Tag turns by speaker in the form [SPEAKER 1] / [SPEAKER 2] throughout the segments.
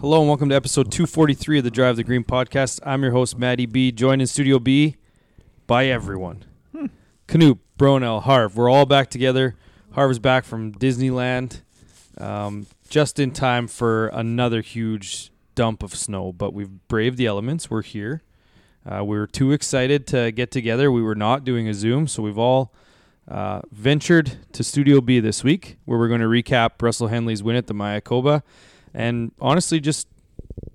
[SPEAKER 1] Hello and welcome to episode 243 of the Drive the Green podcast. I'm your host, Matty B, joined in Studio B by everyone. Canoop, Bronell, Harv, we're all back together. Harv is back from Disneyland um, just in time for another huge dump of snow, but we've braved the elements. We're here. Uh, we were too excited to get together. We were not doing a Zoom, so we've all uh, ventured to Studio B this week, where we're going to recap Russell Henley's win at the Mayakoba, and honestly, just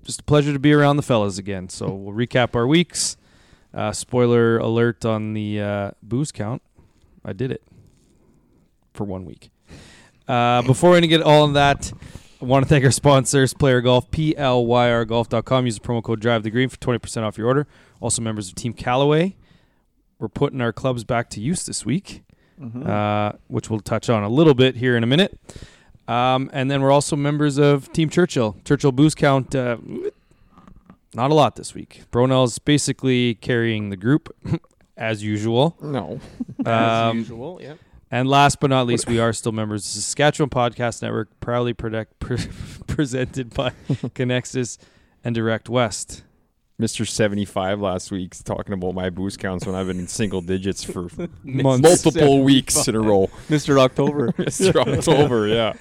[SPEAKER 1] just a pleasure to be around the fellas again. So we'll recap our weeks. Uh, spoiler alert on the uh, booze count. I did it for one week. Uh, before we get all of that, I want to thank our sponsors, Player Golf, PLYRGolf.com. Use the promo code Drive the Green for 20% off your order. Also, members of Team Callaway. We're putting our clubs back to use this week,
[SPEAKER 2] Mm-hmm.
[SPEAKER 1] uh, which we'll touch on a little bit here in a minute. Um, and then we're also members of Team Churchill. Churchill booze count, uh, not a lot this week. Bronell's basically carrying the group as usual.
[SPEAKER 3] No.
[SPEAKER 1] Um,
[SPEAKER 2] usual, yeah.
[SPEAKER 1] and last but not least, we are still members of the Saskatchewan Podcast Network, proudly protect, pre- presented by Connexus and Direct West.
[SPEAKER 3] Mr. 75 last week's talking about my boost counts when I've been in single digits for
[SPEAKER 1] Months.
[SPEAKER 3] multiple weeks in a row.
[SPEAKER 2] Mr. October.
[SPEAKER 3] Mr. October, yeah.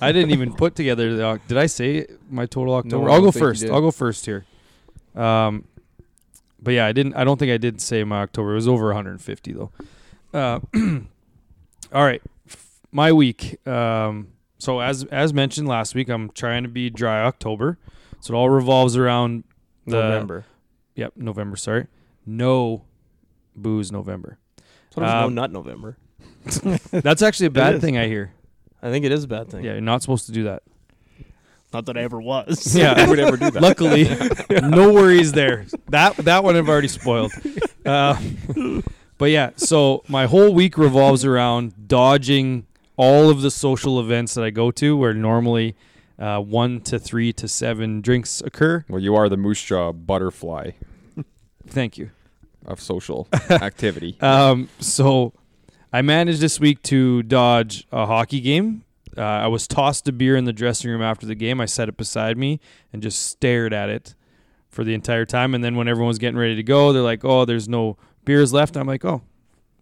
[SPEAKER 1] I didn't even put together the. Oc- Did I say my total October?
[SPEAKER 2] I
[SPEAKER 1] I'll
[SPEAKER 2] don't
[SPEAKER 1] go
[SPEAKER 2] think you
[SPEAKER 1] first.
[SPEAKER 2] did.
[SPEAKER 1] I'll go first here. Um, but yeah, I didn't. I don't think I did say my October. It was over 150 though. Uh, all right, F- my week. Um, so as as mentioned last week, I'm trying to be dry October. So it all revolves around the
[SPEAKER 2] November.
[SPEAKER 1] Yep, November. Sorry, no booze November.
[SPEAKER 2] So there's no
[SPEAKER 1] Um,
[SPEAKER 2] nut November.
[SPEAKER 1] That's actually a
[SPEAKER 2] is.
[SPEAKER 1] bad thing. I hear.
[SPEAKER 2] I think it is a bad thing.
[SPEAKER 1] Yeah, you're not supposed to do that.
[SPEAKER 2] Not that I ever was.
[SPEAKER 1] Yeah.
[SPEAKER 3] Who would ever do that?
[SPEAKER 1] Luckily, no worries there. That that one I've already spoiled. Uh, but yeah, so my whole week revolves around dodging all of the social events that I go to, where normally uh, one to three to seven drinks occur.
[SPEAKER 3] Well, you are the Moose Jaw butterfly
[SPEAKER 1] Thank you.
[SPEAKER 3] of social activity.
[SPEAKER 1] Um, so I managed this week to dodge a hockey game. Uh, I was tossed a beer in the dressing room after the game. I set it beside me and just stared at it for the entire time. And then when everyone was getting ready to go, they're like, "Oh, there's no beers left." I'm like, "Oh,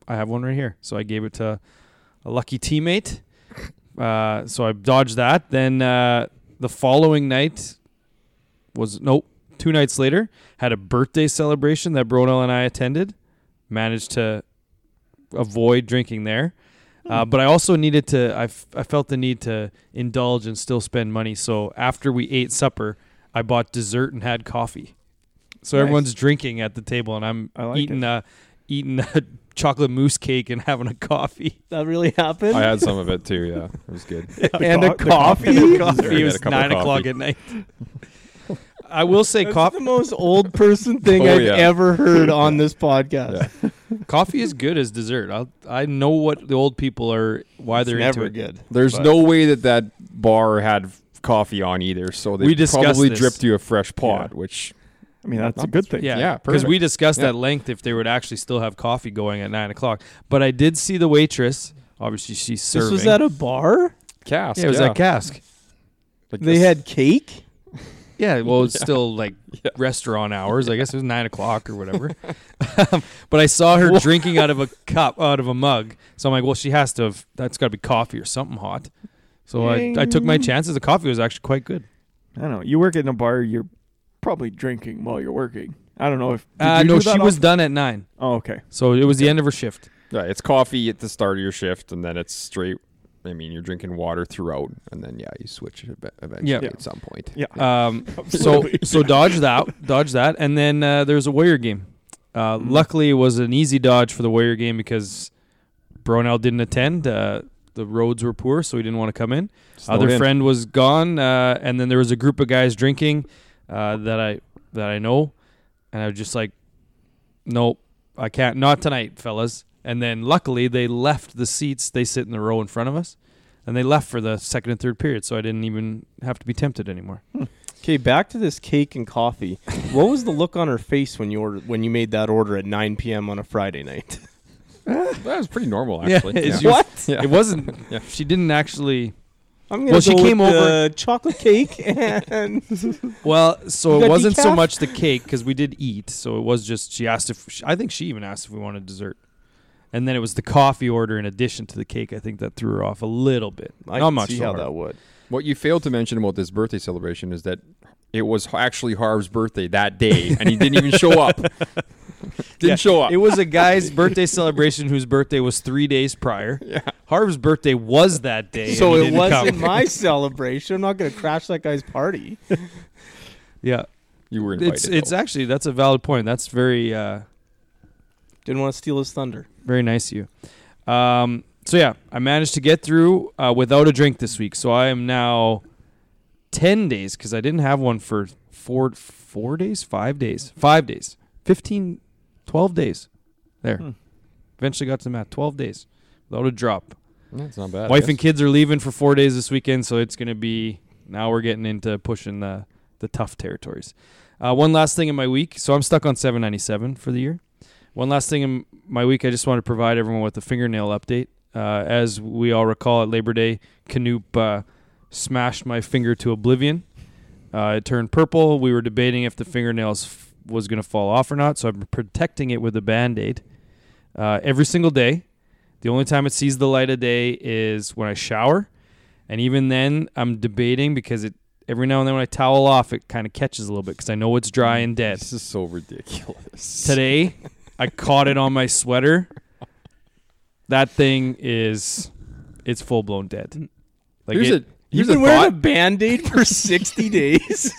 [SPEAKER 1] I have one right here." So I gave it to a lucky teammate. Uh, so I dodged that. Then uh, the following night was nope. Two nights later, had a birthday celebration that Bronell and I attended managed to avoid drinking there. Uh,
[SPEAKER 2] Hmm.
[SPEAKER 1] but I also needed to, I, f- I felt the need to indulge and still spend money. So after we ate supper, I bought dessert and had coffee. So
[SPEAKER 2] Nice.
[SPEAKER 1] everyone's drinking at the table and I'm
[SPEAKER 2] I like
[SPEAKER 1] eating, a, eating a chocolate mousse cake and having a coffee.
[SPEAKER 2] That really happened?
[SPEAKER 3] I had some of it too, yeah. It was good.
[SPEAKER 2] and a
[SPEAKER 1] co- the
[SPEAKER 2] coffee?
[SPEAKER 3] Sorry, I had
[SPEAKER 1] it
[SPEAKER 3] a
[SPEAKER 1] was
[SPEAKER 3] cup of
[SPEAKER 1] nine o'clock
[SPEAKER 3] coffee.
[SPEAKER 1] at night. I will say
[SPEAKER 2] That's
[SPEAKER 1] coffee.
[SPEAKER 2] the most old person thing
[SPEAKER 3] Oh,
[SPEAKER 2] I've
[SPEAKER 3] yeah.
[SPEAKER 2] ever heard on this podcast.
[SPEAKER 3] Yeah.
[SPEAKER 1] coffee is good as dessert. I I know what the old people are why
[SPEAKER 2] It's
[SPEAKER 1] they're
[SPEAKER 2] never
[SPEAKER 1] into it.
[SPEAKER 2] good.
[SPEAKER 3] There's
[SPEAKER 2] But-
[SPEAKER 3] no way that that bar had coffee on either, so they
[SPEAKER 1] We discussed
[SPEAKER 3] probably
[SPEAKER 1] this.
[SPEAKER 3] dripped you a fresh pod, which
[SPEAKER 4] I mean, that's a good thing.
[SPEAKER 1] Yeah,
[SPEAKER 3] Yeah,
[SPEAKER 1] Because we discussed
[SPEAKER 3] Yeah.
[SPEAKER 1] at length if they would actually still have coffee going at nine o'clock. But I did see the waitress. Obviously, she's serving.
[SPEAKER 2] This was at a bar?
[SPEAKER 3] cask.
[SPEAKER 1] yeah, it was
[SPEAKER 3] yeah.
[SPEAKER 1] at cask.
[SPEAKER 3] Like
[SPEAKER 2] They
[SPEAKER 3] this-
[SPEAKER 2] had cake?
[SPEAKER 1] Yeah, well, it's still like restaurant hours. I guess it was nine o'clock or whatever. um, but I saw her drinking out of a cup, out of a mug. So I'm like, well, she has to have. That's got to be coffee or something hot. So I, I took my chances. The coffee was actually quite good.
[SPEAKER 4] I don't know. You work in a bar, you're probably drinking while you're working. I don't know if. did
[SPEAKER 1] Uh,
[SPEAKER 4] you
[SPEAKER 1] no,
[SPEAKER 4] do
[SPEAKER 1] she
[SPEAKER 4] that
[SPEAKER 1] was
[SPEAKER 4] off-
[SPEAKER 1] done at nine.
[SPEAKER 4] Oh, okay.
[SPEAKER 1] So it was the end of her shift.
[SPEAKER 3] Yeah, it's coffee at the start of your shift, and then it's straight. I mean, you're drinking water throughout, and then yeah, you switch it eve- eventually
[SPEAKER 1] Yeah.
[SPEAKER 3] at some point.
[SPEAKER 4] Yeah.
[SPEAKER 1] Um, so so dodge that, dodge that, and then uh, there's a warrior game. Uh,
[SPEAKER 3] Hmm.
[SPEAKER 1] Luckily, it was an easy dodge for the warrior game because Bronell didn't attend. Uh, the roads were poor, so he didn't want to come in.
[SPEAKER 3] Snowed
[SPEAKER 1] Other
[SPEAKER 3] in.
[SPEAKER 1] friend was gone, uh, and then there was a group of guys drinking uh, that I that I know, and I was just like, nope, I can't, not tonight, fellas. And then luckily they left the seats. They sit in the row in front of us, and they left for the second and third period, so I didn't even have to be tempted anymore.
[SPEAKER 2] Okay, back to this cake and coffee. what was the look on her face when you ordered when you made that order at 9 p.m. on a Friday night?
[SPEAKER 3] That was pretty normal,
[SPEAKER 1] Yeah,
[SPEAKER 3] actually.
[SPEAKER 1] it's
[SPEAKER 3] Yeah.
[SPEAKER 1] your-
[SPEAKER 2] What?
[SPEAKER 3] Yeah.
[SPEAKER 1] It wasn't.
[SPEAKER 3] Yeah.
[SPEAKER 1] She didn't actually.
[SPEAKER 2] I'm gonna
[SPEAKER 1] Well, she
[SPEAKER 2] go
[SPEAKER 1] came
[SPEAKER 2] with
[SPEAKER 1] over-
[SPEAKER 2] the chocolate cake and
[SPEAKER 1] Well, so
[SPEAKER 2] You
[SPEAKER 1] it
[SPEAKER 2] got
[SPEAKER 1] wasn't so
[SPEAKER 2] decaf?
[SPEAKER 1] much the cake because we did eat. So it was just she asked if I think she even asked if we wanted dessert, and then it was the coffee order in addition to the cake. I think that threw her off a little bit.
[SPEAKER 2] I
[SPEAKER 1] Not
[SPEAKER 2] can
[SPEAKER 1] much.
[SPEAKER 2] see
[SPEAKER 1] so
[SPEAKER 2] how
[SPEAKER 1] hard.
[SPEAKER 2] that would.
[SPEAKER 3] What you failed to mention about this birthday celebration is that it was h- actually Harv's birthday that day, and he didn't even show up. Didn't
[SPEAKER 1] Yeah,
[SPEAKER 3] show up.
[SPEAKER 1] It was a guy's birthday celebration whose birthday was three days prior. Yeah. Harv's birthday was that day. and
[SPEAKER 2] So
[SPEAKER 1] he
[SPEAKER 2] it
[SPEAKER 1] didn't
[SPEAKER 2] wasn't
[SPEAKER 1] come.
[SPEAKER 2] my celebration. I'm not gonna crash that guy's party.
[SPEAKER 1] Yeah.
[SPEAKER 3] you were invited.
[SPEAKER 1] It's it's
[SPEAKER 3] though.
[SPEAKER 1] actually that's a valid point. That's very uh,
[SPEAKER 2] Didn't want to steal his thunder.
[SPEAKER 1] very nice of you. Um, so yeah, I managed to get through uh, without a drink this week. So I am now ten days because I didn't have one for four four days, five days, five days, 15, 12 days. There,
[SPEAKER 4] Hmm.
[SPEAKER 1] eventually got to the mat. Twelve days without a drop.
[SPEAKER 3] Yeah, it's not bad. I
[SPEAKER 1] Wife
[SPEAKER 3] guess.
[SPEAKER 1] and kids are leaving for four days this weekend, so it's gonna be now we're getting into pushing the the tough territories. Uh, one last thing in my week, so I'm stuck on 797 for the year. One last thing in my week, I just want to provide everyone with a fingernail update. Uh, as we all recall, at Labor Day, Canoop uh, smashed my finger to oblivion. Uh, it turned purple. We were debating if the fingernails f- was going to fall off or not, so I'm protecting it with a band aid uh, every single day. The only time it sees the light of day is when I shower, and even then, I'm debating because it every now and then when I towel off, it kind of catches a little bit because I know it's dry and dead.
[SPEAKER 3] This is so ridiculous.
[SPEAKER 1] Today, I caught it on my sweater. That thing is, it's full blown dead. Like
[SPEAKER 3] here's
[SPEAKER 1] it,
[SPEAKER 3] a
[SPEAKER 2] You've
[SPEAKER 3] here's
[SPEAKER 2] been
[SPEAKER 3] a
[SPEAKER 2] wearing
[SPEAKER 3] thought.
[SPEAKER 2] a band-aid for 60 days.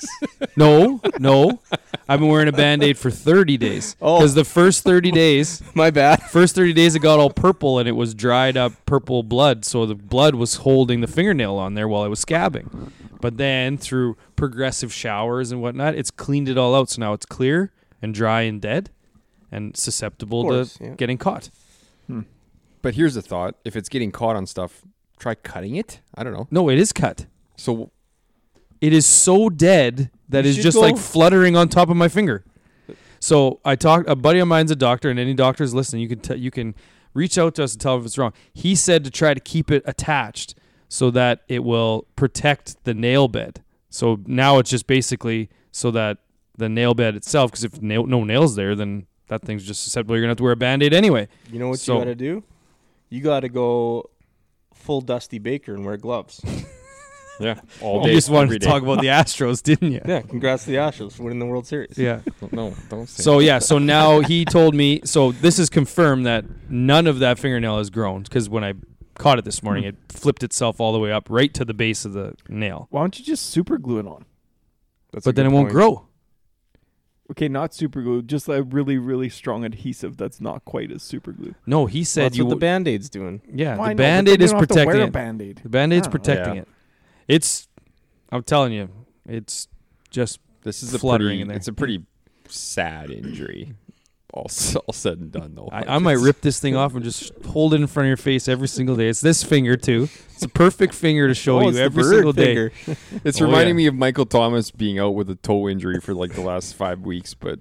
[SPEAKER 1] no, no. I've been wearing a band aid for 30 days
[SPEAKER 2] Oh.
[SPEAKER 1] because the first 30 days,
[SPEAKER 2] My bad.
[SPEAKER 1] first 30 days it got all purple and it was dried up purple blood so the blood was holding the fingernail on there while i was scabbing but then through progressive showers and whatnot it's cleaned it all out so now it's clear and dry and dead and susceptible
[SPEAKER 2] Of course,
[SPEAKER 1] to
[SPEAKER 2] yeah.
[SPEAKER 1] getting caught
[SPEAKER 3] But here's a thought: if it's getting caught on stuff, try cutting it. I don't know.
[SPEAKER 1] no it is cut
[SPEAKER 3] So
[SPEAKER 1] it is so dead that
[SPEAKER 2] You
[SPEAKER 1] it's
[SPEAKER 2] should
[SPEAKER 1] just like
[SPEAKER 2] go-
[SPEAKER 1] fluttering on top of my finger. So I talked. A buddy of mine's a doctor, and any doctors listening, you can tell you can reach out to us and tell if it's wrong. He said to try to keep it attached so that it will protect the nail bed. So now it's just basically so that the nail bed itself, because if nail, no nails there, then that thing's just susceptible. You're gonna have to wear a band-aid anyway.
[SPEAKER 2] You know what
[SPEAKER 1] So-
[SPEAKER 2] you got to do? You got to go full Dusty Baker and wear gloves.
[SPEAKER 3] yeah, all day.
[SPEAKER 1] You just wanted
[SPEAKER 3] every
[SPEAKER 1] to
[SPEAKER 3] day.
[SPEAKER 1] talk about the Astros, didn't you?
[SPEAKER 2] yeah, congrats to the Astros for winning the World Series.
[SPEAKER 1] Yeah.
[SPEAKER 3] No, don't say.
[SPEAKER 1] So yeah, so now he told me. So this is confirmed that none of that fingernail has grown because when I caught it
[SPEAKER 2] Hmm.
[SPEAKER 1] this morning, it flipped itself all the way up right to the base of the nail.
[SPEAKER 4] Why don't you just super glue it on?
[SPEAKER 2] That's a
[SPEAKER 1] but then it
[SPEAKER 2] good
[SPEAKER 1] won't
[SPEAKER 2] point.
[SPEAKER 1] grow.
[SPEAKER 4] Okay, not super glue, just a really, really strong adhesive that's not quite as super glue.
[SPEAKER 1] No, he
[SPEAKER 2] Well,
[SPEAKER 1] said
[SPEAKER 2] That's
[SPEAKER 1] you.
[SPEAKER 2] what the Band-Aid's doing.
[SPEAKER 1] yeah,
[SPEAKER 4] Why
[SPEAKER 1] the
[SPEAKER 4] not?
[SPEAKER 1] band
[SPEAKER 4] But
[SPEAKER 1] aid
[SPEAKER 4] then
[SPEAKER 1] is
[SPEAKER 4] you don't have to
[SPEAKER 1] protecting
[SPEAKER 4] wear a
[SPEAKER 1] it.
[SPEAKER 4] band aid.
[SPEAKER 1] The band aid's
[SPEAKER 4] Yeah.
[SPEAKER 1] protecting
[SPEAKER 3] Yeah.
[SPEAKER 1] it. It's. I'm telling you, it's just
[SPEAKER 3] this is a
[SPEAKER 1] fluttering
[SPEAKER 3] pretty,
[SPEAKER 1] in there.
[SPEAKER 3] It's a pretty sad injury. All, s- all said and done, though.
[SPEAKER 1] I,
[SPEAKER 3] Like,
[SPEAKER 1] I might
[SPEAKER 3] it's-
[SPEAKER 1] rip this thing off and just hold it in front of your face every single day. It's this finger too. It's a perfect finger to show
[SPEAKER 2] Oh, it's
[SPEAKER 1] you
[SPEAKER 2] the
[SPEAKER 1] every
[SPEAKER 2] bird
[SPEAKER 1] single day.
[SPEAKER 2] finger.
[SPEAKER 3] It's
[SPEAKER 1] Oh,
[SPEAKER 3] reminding
[SPEAKER 1] yeah.
[SPEAKER 3] me of Michael Thomas being out with a toe injury for like the last five weeks, but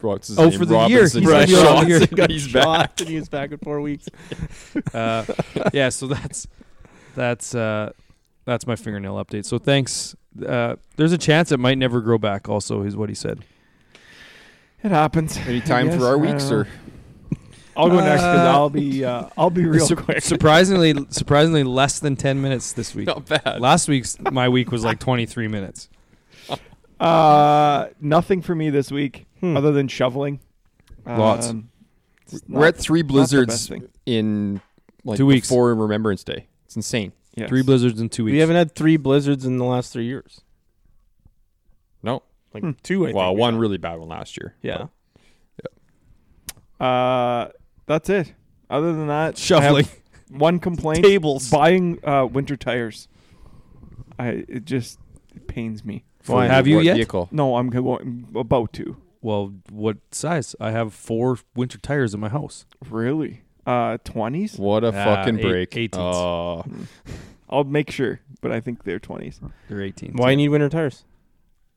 [SPEAKER 3] what's his
[SPEAKER 1] Oh,
[SPEAKER 3] name?
[SPEAKER 1] for the year.
[SPEAKER 3] Robinson
[SPEAKER 1] He's
[SPEAKER 3] got
[SPEAKER 1] gonna be out
[SPEAKER 3] shot.
[SPEAKER 1] all year.
[SPEAKER 3] He's back.
[SPEAKER 2] and he was back in four weeks.
[SPEAKER 1] uh, yeah, so that's that's uh, that's my fingernail update. So thanks. Uh, there's a chance it might never grow back. Also, is what he said.
[SPEAKER 4] It happens.
[SPEAKER 3] Any time
[SPEAKER 4] Yes,
[SPEAKER 3] for our
[SPEAKER 4] I
[SPEAKER 3] week,
[SPEAKER 4] don't
[SPEAKER 3] sir?
[SPEAKER 4] know. I'll go next because
[SPEAKER 1] Uh,
[SPEAKER 4] I'll be uh, I'll be real
[SPEAKER 1] Sur-
[SPEAKER 4] quick.
[SPEAKER 1] Surprisingly, surprisingly less than ten minutes this week.
[SPEAKER 3] Not bad.
[SPEAKER 1] Last week's my week was like 23 minutes.
[SPEAKER 4] Uh, nothing for me this week
[SPEAKER 2] Hmm.
[SPEAKER 4] other than shoveling.
[SPEAKER 1] Lots.
[SPEAKER 4] Um, it's
[SPEAKER 3] We're
[SPEAKER 4] not-
[SPEAKER 3] at three
[SPEAKER 4] not the best
[SPEAKER 3] blizzards
[SPEAKER 4] thing.
[SPEAKER 3] in like
[SPEAKER 1] Two weeks.
[SPEAKER 3] before Remembrance Day. It's insane.
[SPEAKER 4] Yes.
[SPEAKER 1] Three blizzards in two weeks.
[SPEAKER 2] We haven't had three blizzards in the last three years.
[SPEAKER 3] No,
[SPEAKER 2] Like
[SPEAKER 4] Hmm.
[SPEAKER 2] two, I think.
[SPEAKER 3] well,
[SPEAKER 2] we
[SPEAKER 3] one
[SPEAKER 2] got.
[SPEAKER 3] really bad one last year.
[SPEAKER 2] Yeah.
[SPEAKER 4] Uh, that's it. Other than that, I have
[SPEAKER 1] Shoveling.
[SPEAKER 4] One complaint:
[SPEAKER 1] Tables.
[SPEAKER 4] Buying uh, winter tires. I it just it pains me.
[SPEAKER 3] For
[SPEAKER 1] Why? Have you
[SPEAKER 3] what
[SPEAKER 1] yet?
[SPEAKER 3] Vehicle.
[SPEAKER 4] No, I'm go- I'm about to.
[SPEAKER 1] Well, what size? I have four winter tires in my house.
[SPEAKER 4] Really? Uh, twenties?
[SPEAKER 3] What a
[SPEAKER 1] Ah,
[SPEAKER 3] fucking
[SPEAKER 1] eight-
[SPEAKER 3] break.
[SPEAKER 1] 18s.
[SPEAKER 3] Oh.
[SPEAKER 4] I'll make sure, but I think they're twenties.
[SPEAKER 1] They're 18.
[SPEAKER 2] Why you need winter tires?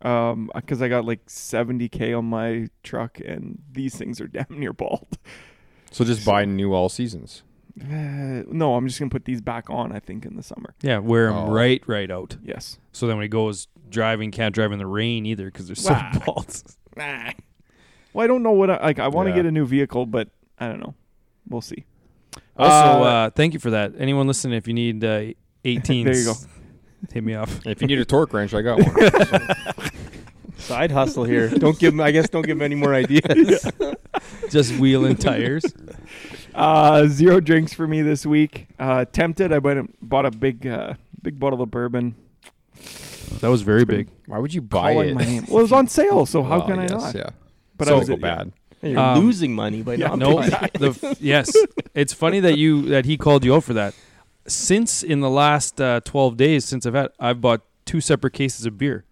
[SPEAKER 4] Um, because I got like seventy k on my truck, and these things are damn near bald.
[SPEAKER 3] so just buy new all seasons.
[SPEAKER 4] Uh, no, I'm just gonna put these back on. I think in the summer.
[SPEAKER 1] Yeah, wear them
[SPEAKER 3] Oh.
[SPEAKER 1] right, right out.
[SPEAKER 4] Yes.
[SPEAKER 1] So then when he goes driving, can't drive in the rain either because they're so
[SPEAKER 4] Whack.
[SPEAKER 1] bald.
[SPEAKER 4] Well, I don't know what I like. I want to
[SPEAKER 3] Yeah.
[SPEAKER 4] get a new vehicle, but I don't know. We'll see.
[SPEAKER 1] Also, uh,
[SPEAKER 4] Uh,
[SPEAKER 1] thank you for that. Anyone listening, if you need uh, 18s,
[SPEAKER 4] There you go.
[SPEAKER 1] Hit me up.
[SPEAKER 3] If you need a torque wrench, I got one.
[SPEAKER 2] Side hustle here. Don't give. 'em- I guess don't give 'em any more ideas.
[SPEAKER 1] Just wheeling tires.
[SPEAKER 4] Uh, zero drinks for me this week. Uh, tempted. I went and bought a big, uh, big bottle of bourbon.
[SPEAKER 1] That was very big.
[SPEAKER 3] Why would you buy
[SPEAKER 4] Calling
[SPEAKER 3] it?
[SPEAKER 4] my name. Well, it was on sale, so how
[SPEAKER 3] Well,
[SPEAKER 4] can I
[SPEAKER 3] yes,
[SPEAKER 4] not?
[SPEAKER 3] Yeah,
[SPEAKER 4] But
[SPEAKER 1] So-
[SPEAKER 4] I
[SPEAKER 3] so
[SPEAKER 4] was
[SPEAKER 3] go bad.
[SPEAKER 2] You're
[SPEAKER 1] Um,
[SPEAKER 2] losing money by
[SPEAKER 4] yeah,
[SPEAKER 2] not.
[SPEAKER 1] No,
[SPEAKER 2] buying.
[SPEAKER 1] the f- yes. It's funny that you that he called you out for that. Since in the last uh, 12 days since I've had I've bought two separate cases of beer.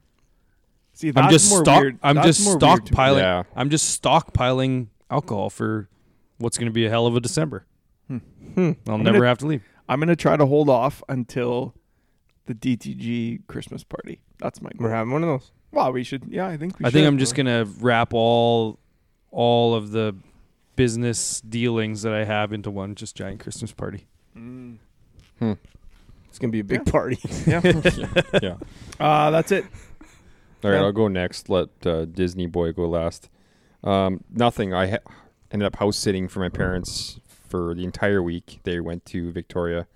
[SPEAKER 4] See,
[SPEAKER 1] I'm
[SPEAKER 4] that's
[SPEAKER 1] just
[SPEAKER 4] more
[SPEAKER 1] stock
[SPEAKER 4] weird.
[SPEAKER 1] I'm
[SPEAKER 4] That's
[SPEAKER 1] just
[SPEAKER 4] more weird to me.
[SPEAKER 1] stockpiling
[SPEAKER 3] Yeah.
[SPEAKER 1] I'm just stockpiling alcohol for what's going to be a hell of a December.
[SPEAKER 4] Hmm.
[SPEAKER 2] Hmm.
[SPEAKER 1] I'll
[SPEAKER 4] I'm
[SPEAKER 1] never
[SPEAKER 4] gonna-
[SPEAKER 1] have to leave.
[SPEAKER 4] I'm gonna try to hold off until the DTG Christmas party. That's my goal.
[SPEAKER 2] We're having one of those.
[SPEAKER 4] Wow, we should. Yeah, I think we
[SPEAKER 1] I
[SPEAKER 4] should.
[SPEAKER 1] think I'm just going to wrap all all of the business dealings that I have into one just giant Christmas party.
[SPEAKER 4] Mm.
[SPEAKER 2] It's gonna be a big
[SPEAKER 4] Yeah.
[SPEAKER 2] party.
[SPEAKER 4] Yeah.
[SPEAKER 3] yeah.
[SPEAKER 4] uh, that's it.
[SPEAKER 3] All right,
[SPEAKER 4] Yeah.
[SPEAKER 3] I'll go next. Let uh, Disney boy go last. Um, nothing. I ha- ended up house sitting for my parents for the entire week. They went to Victoria.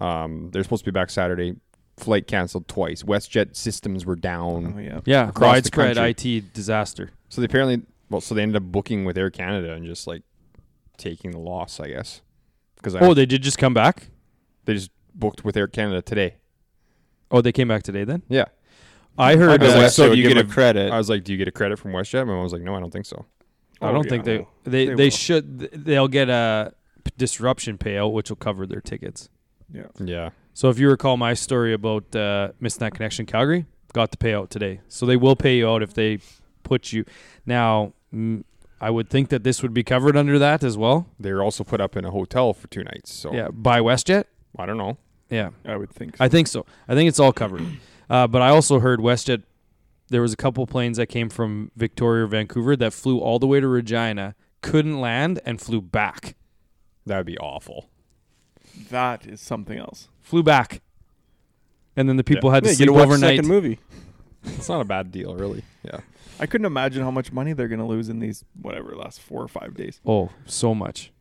[SPEAKER 3] Um, they're supposed to be back Saturday. Flight canceled twice. WestJet systems were down.
[SPEAKER 4] Oh yeah.
[SPEAKER 1] Yeah,
[SPEAKER 3] Across the
[SPEAKER 1] widespread
[SPEAKER 3] country.
[SPEAKER 1] IT disaster.
[SPEAKER 3] So they apparently, well, so they ended up booking with Air Canada and just like taking the loss, I guess. Because
[SPEAKER 1] Oh, they did just come back?
[SPEAKER 3] they just booked with Air Canada today.
[SPEAKER 1] Oh, they came back today then?
[SPEAKER 3] Yeah.
[SPEAKER 1] I heard.
[SPEAKER 3] I was
[SPEAKER 1] uh,
[SPEAKER 3] like, so
[SPEAKER 2] would
[SPEAKER 3] you
[SPEAKER 2] give
[SPEAKER 3] get
[SPEAKER 2] them
[SPEAKER 3] a-
[SPEAKER 2] credit.
[SPEAKER 3] I was like, do you get a credit from WestJet? My mom was like, no, I don't think so.
[SPEAKER 1] Oh, I don't think they they they,
[SPEAKER 4] They will.
[SPEAKER 1] should. They'll get a p- disruption payout, which will cover their tickets.
[SPEAKER 3] Yeah.
[SPEAKER 1] So if you recall my story about uh, missing that connection, Calgary got the payout today. So they will pay you out if they put you. Now, mm, I would think that this would be covered under that as well.
[SPEAKER 3] They were also put up in a hotel for two nights. So
[SPEAKER 1] Yeah, by WestJet.
[SPEAKER 3] I don't know.
[SPEAKER 1] Yeah,
[SPEAKER 4] I would think. So.
[SPEAKER 1] I think so. I think it's all covered. Uh, but I also heard WestJet. There was a couple planes that came from Victoria or Vancouver that flew all the way to Regina, couldn't land, and flew back.
[SPEAKER 3] That would be awful.
[SPEAKER 4] that is something else.
[SPEAKER 1] Flew back, and then the people had to
[SPEAKER 2] Yeah,
[SPEAKER 1] sleep
[SPEAKER 2] get to watch the
[SPEAKER 1] overnight.
[SPEAKER 2] second movie.
[SPEAKER 3] It's not a bad deal, really. Yeah.
[SPEAKER 4] I couldn't imagine how much money they're gonna lose in these whatever last four or five days.
[SPEAKER 1] Oh, so much.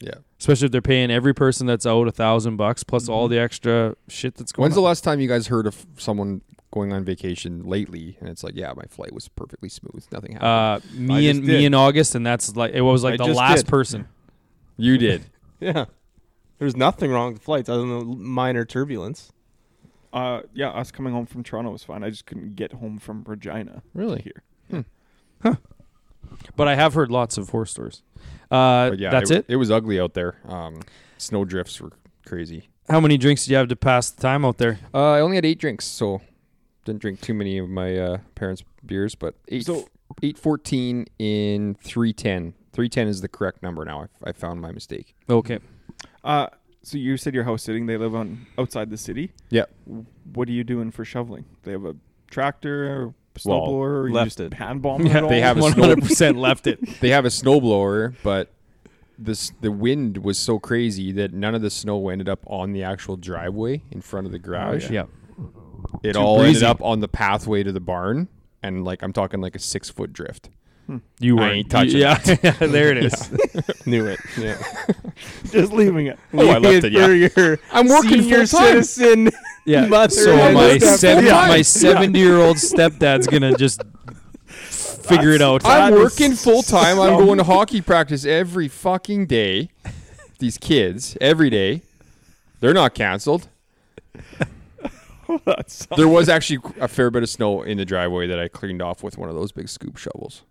[SPEAKER 3] Yeah.
[SPEAKER 1] Especially if they're paying every person that's out a thousand bucks plus all
[SPEAKER 3] Mm-hmm.
[SPEAKER 1] the extra shit that's going.
[SPEAKER 3] When's
[SPEAKER 1] on.
[SPEAKER 3] the last time you guys heard of someone going on vacation lately and it's like, yeah, my flight was perfectly smooth. Nothing happened.
[SPEAKER 1] Uh, me
[SPEAKER 3] I
[SPEAKER 1] and
[SPEAKER 3] just
[SPEAKER 1] me
[SPEAKER 3] did.
[SPEAKER 1] in August, and that's like it was like
[SPEAKER 3] I
[SPEAKER 1] the
[SPEAKER 3] just
[SPEAKER 1] last
[SPEAKER 3] did.
[SPEAKER 1] person.
[SPEAKER 3] you did.
[SPEAKER 2] Yeah. There's nothing wrong with flights other than minor turbulence.
[SPEAKER 4] Uh, yeah, us coming home from Toronto was fine. I just couldn't get home from Regina.
[SPEAKER 3] Really?
[SPEAKER 4] To here.
[SPEAKER 1] But I have heard lots of horror stories. Uh,
[SPEAKER 3] But yeah,
[SPEAKER 1] that's it.
[SPEAKER 3] It was ugly out there. Um, snow drifts were crazy.
[SPEAKER 1] How many drinks do you have to pass the time out there?
[SPEAKER 3] Uh, I only had eight drinks, so didn't drink too many of my uh, parents' beers, but eight,
[SPEAKER 4] So-
[SPEAKER 3] eight fourteen in three ten. Three ten is the correct number now. I, I found my mistake.
[SPEAKER 1] Okay.
[SPEAKER 4] Uh, so you said your house sitting. They live on outside the city.
[SPEAKER 3] Yeah.
[SPEAKER 4] What are you doing for shoveling? They have a tractor, or
[SPEAKER 3] Well,
[SPEAKER 4] snowblower, or you
[SPEAKER 2] left
[SPEAKER 4] just
[SPEAKER 2] it.
[SPEAKER 4] hand bomb
[SPEAKER 1] Yeah,
[SPEAKER 4] it all?
[SPEAKER 3] they have a
[SPEAKER 1] one
[SPEAKER 3] snow-
[SPEAKER 1] hundred percent left it.
[SPEAKER 3] They have a snowblower, but this the wind was so crazy that none of the snow ended up on the actual driveway in front of the garage.
[SPEAKER 1] Oh, Yeah.
[SPEAKER 3] It
[SPEAKER 1] Too
[SPEAKER 3] all ended
[SPEAKER 1] breezy.
[SPEAKER 3] up on the pathway to the barn, and like I'm talking like a six foot drift.
[SPEAKER 1] You
[SPEAKER 3] I
[SPEAKER 1] were
[SPEAKER 3] ain't touching
[SPEAKER 1] Yeah, there it is.
[SPEAKER 2] Knew it. Yeah.
[SPEAKER 4] just leaving it.
[SPEAKER 3] Oh, I left it, yeah.
[SPEAKER 2] For your
[SPEAKER 3] I'm working
[SPEAKER 2] senior
[SPEAKER 3] full-time.
[SPEAKER 2] citizen.
[SPEAKER 1] Yeah.
[SPEAKER 2] Mother
[SPEAKER 1] So
[SPEAKER 2] and
[SPEAKER 1] my
[SPEAKER 2] sister.
[SPEAKER 1] seven,
[SPEAKER 3] Yeah.
[SPEAKER 1] my seventy year old stepdad's gonna just figure it out.
[SPEAKER 3] I'm
[SPEAKER 4] That is
[SPEAKER 3] working full time. I'm
[SPEAKER 4] so-
[SPEAKER 3] going to hockey practice every fucking day. These kids, every day, they're not canceled.
[SPEAKER 4] That's
[SPEAKER 3] There was actually a fair bit of snow in the driveway that I cleaned off with one of those big scoop shovels.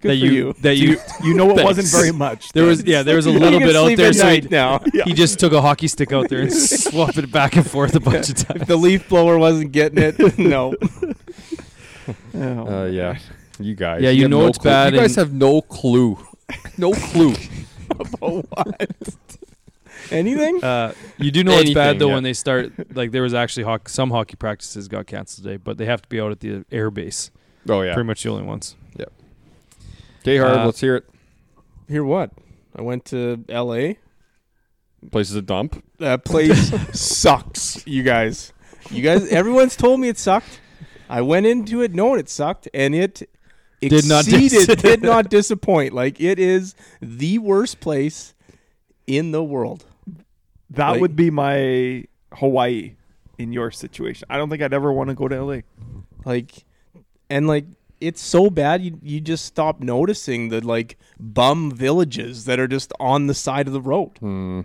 [SPEAKER 2] Good
[SPEAKER 1] that
[SPEAKER 2] for you.
[SPEAKER 1] that you
[SPEAKER 4] you know it wasn't
[SPEAKER 1] Thanks.
[SPEAKER 4] very much.
[SPEAKER 1] there was yeah there was a little
[SPEAKER 2] You can
[SPEAKER 1] bit out
[SPEAKER 2] sleep
[SPEAKER 1] there
[SPEAKER 2] at
[SPEAKER 1] so
[SPEAKER 2] night
[SPEAKER 1] he-
[SPEAKER 2] now.
[SPEAKER 1] he just took a hockey stick out there and swapped it back and forth a bunch of times.
[SPEAKER 2] the leaf blower wasn't getting it. No.
[SPEAKER 4] Oh.
[SPEAKER 3] Uh, yeah, you guys.
[SPEAKER 1] Yeah, you
[SPEAKER 3] have
[SPEAKER 1] know
[SPEAKER 3] no
[SPEAKER 1] it's
[SPEAKER 3] clue.
[SPEAKER 1] bad
[SPEAKER 3] You guys
[SPEAKER 1] in-
[SPEAKER 3] have no clue. No clue.
[SPEAKER 2] Anything?
[SPEAKER 1] Uh, you do know it's bad
[SPEAKER 3] Anything,
[SPEAKER 1] though
[SPEAKER 3] yeah.
[SPEAKER 1] when they start like there was actually hoc- some hockey practices got canceled today, but they have to be out at the air base.
[SPEAKER 3] Oh yeah.
[SPEAKER 1] Pretty much the only ones.
[SPEAKER 3] Okay, Harv,
[SPEAKER 1] Uh,
[SPEAKER 3] let's hear it.
[SPEAKER 2] Hear what? I went to L.A.
[SPEAKER 3] Place is a dump.
[SPEAKER 2] That place sucks, you guys. You guys, everyone's told me it sucked. I went into it knowing it sucked, and it
[SPEAKER 1] Did not
[SPEAKER 2] exceeded-
[SPEAKER 1] dis-
[SPEAKER 2] did not disappoint. Like it is the worst place in the world.
[SPEAKER 4] That
[SPEAKER 2] Like-
[SPEAKER 4] would be my Hawaii in your situation. I don't think I'd ever want to go to LA.
[SPEAKER 2] Like, and like it's so bad you you just stop noticing the like bum villages that are just on the side of the road.
[SPEAKER 3] Hmm.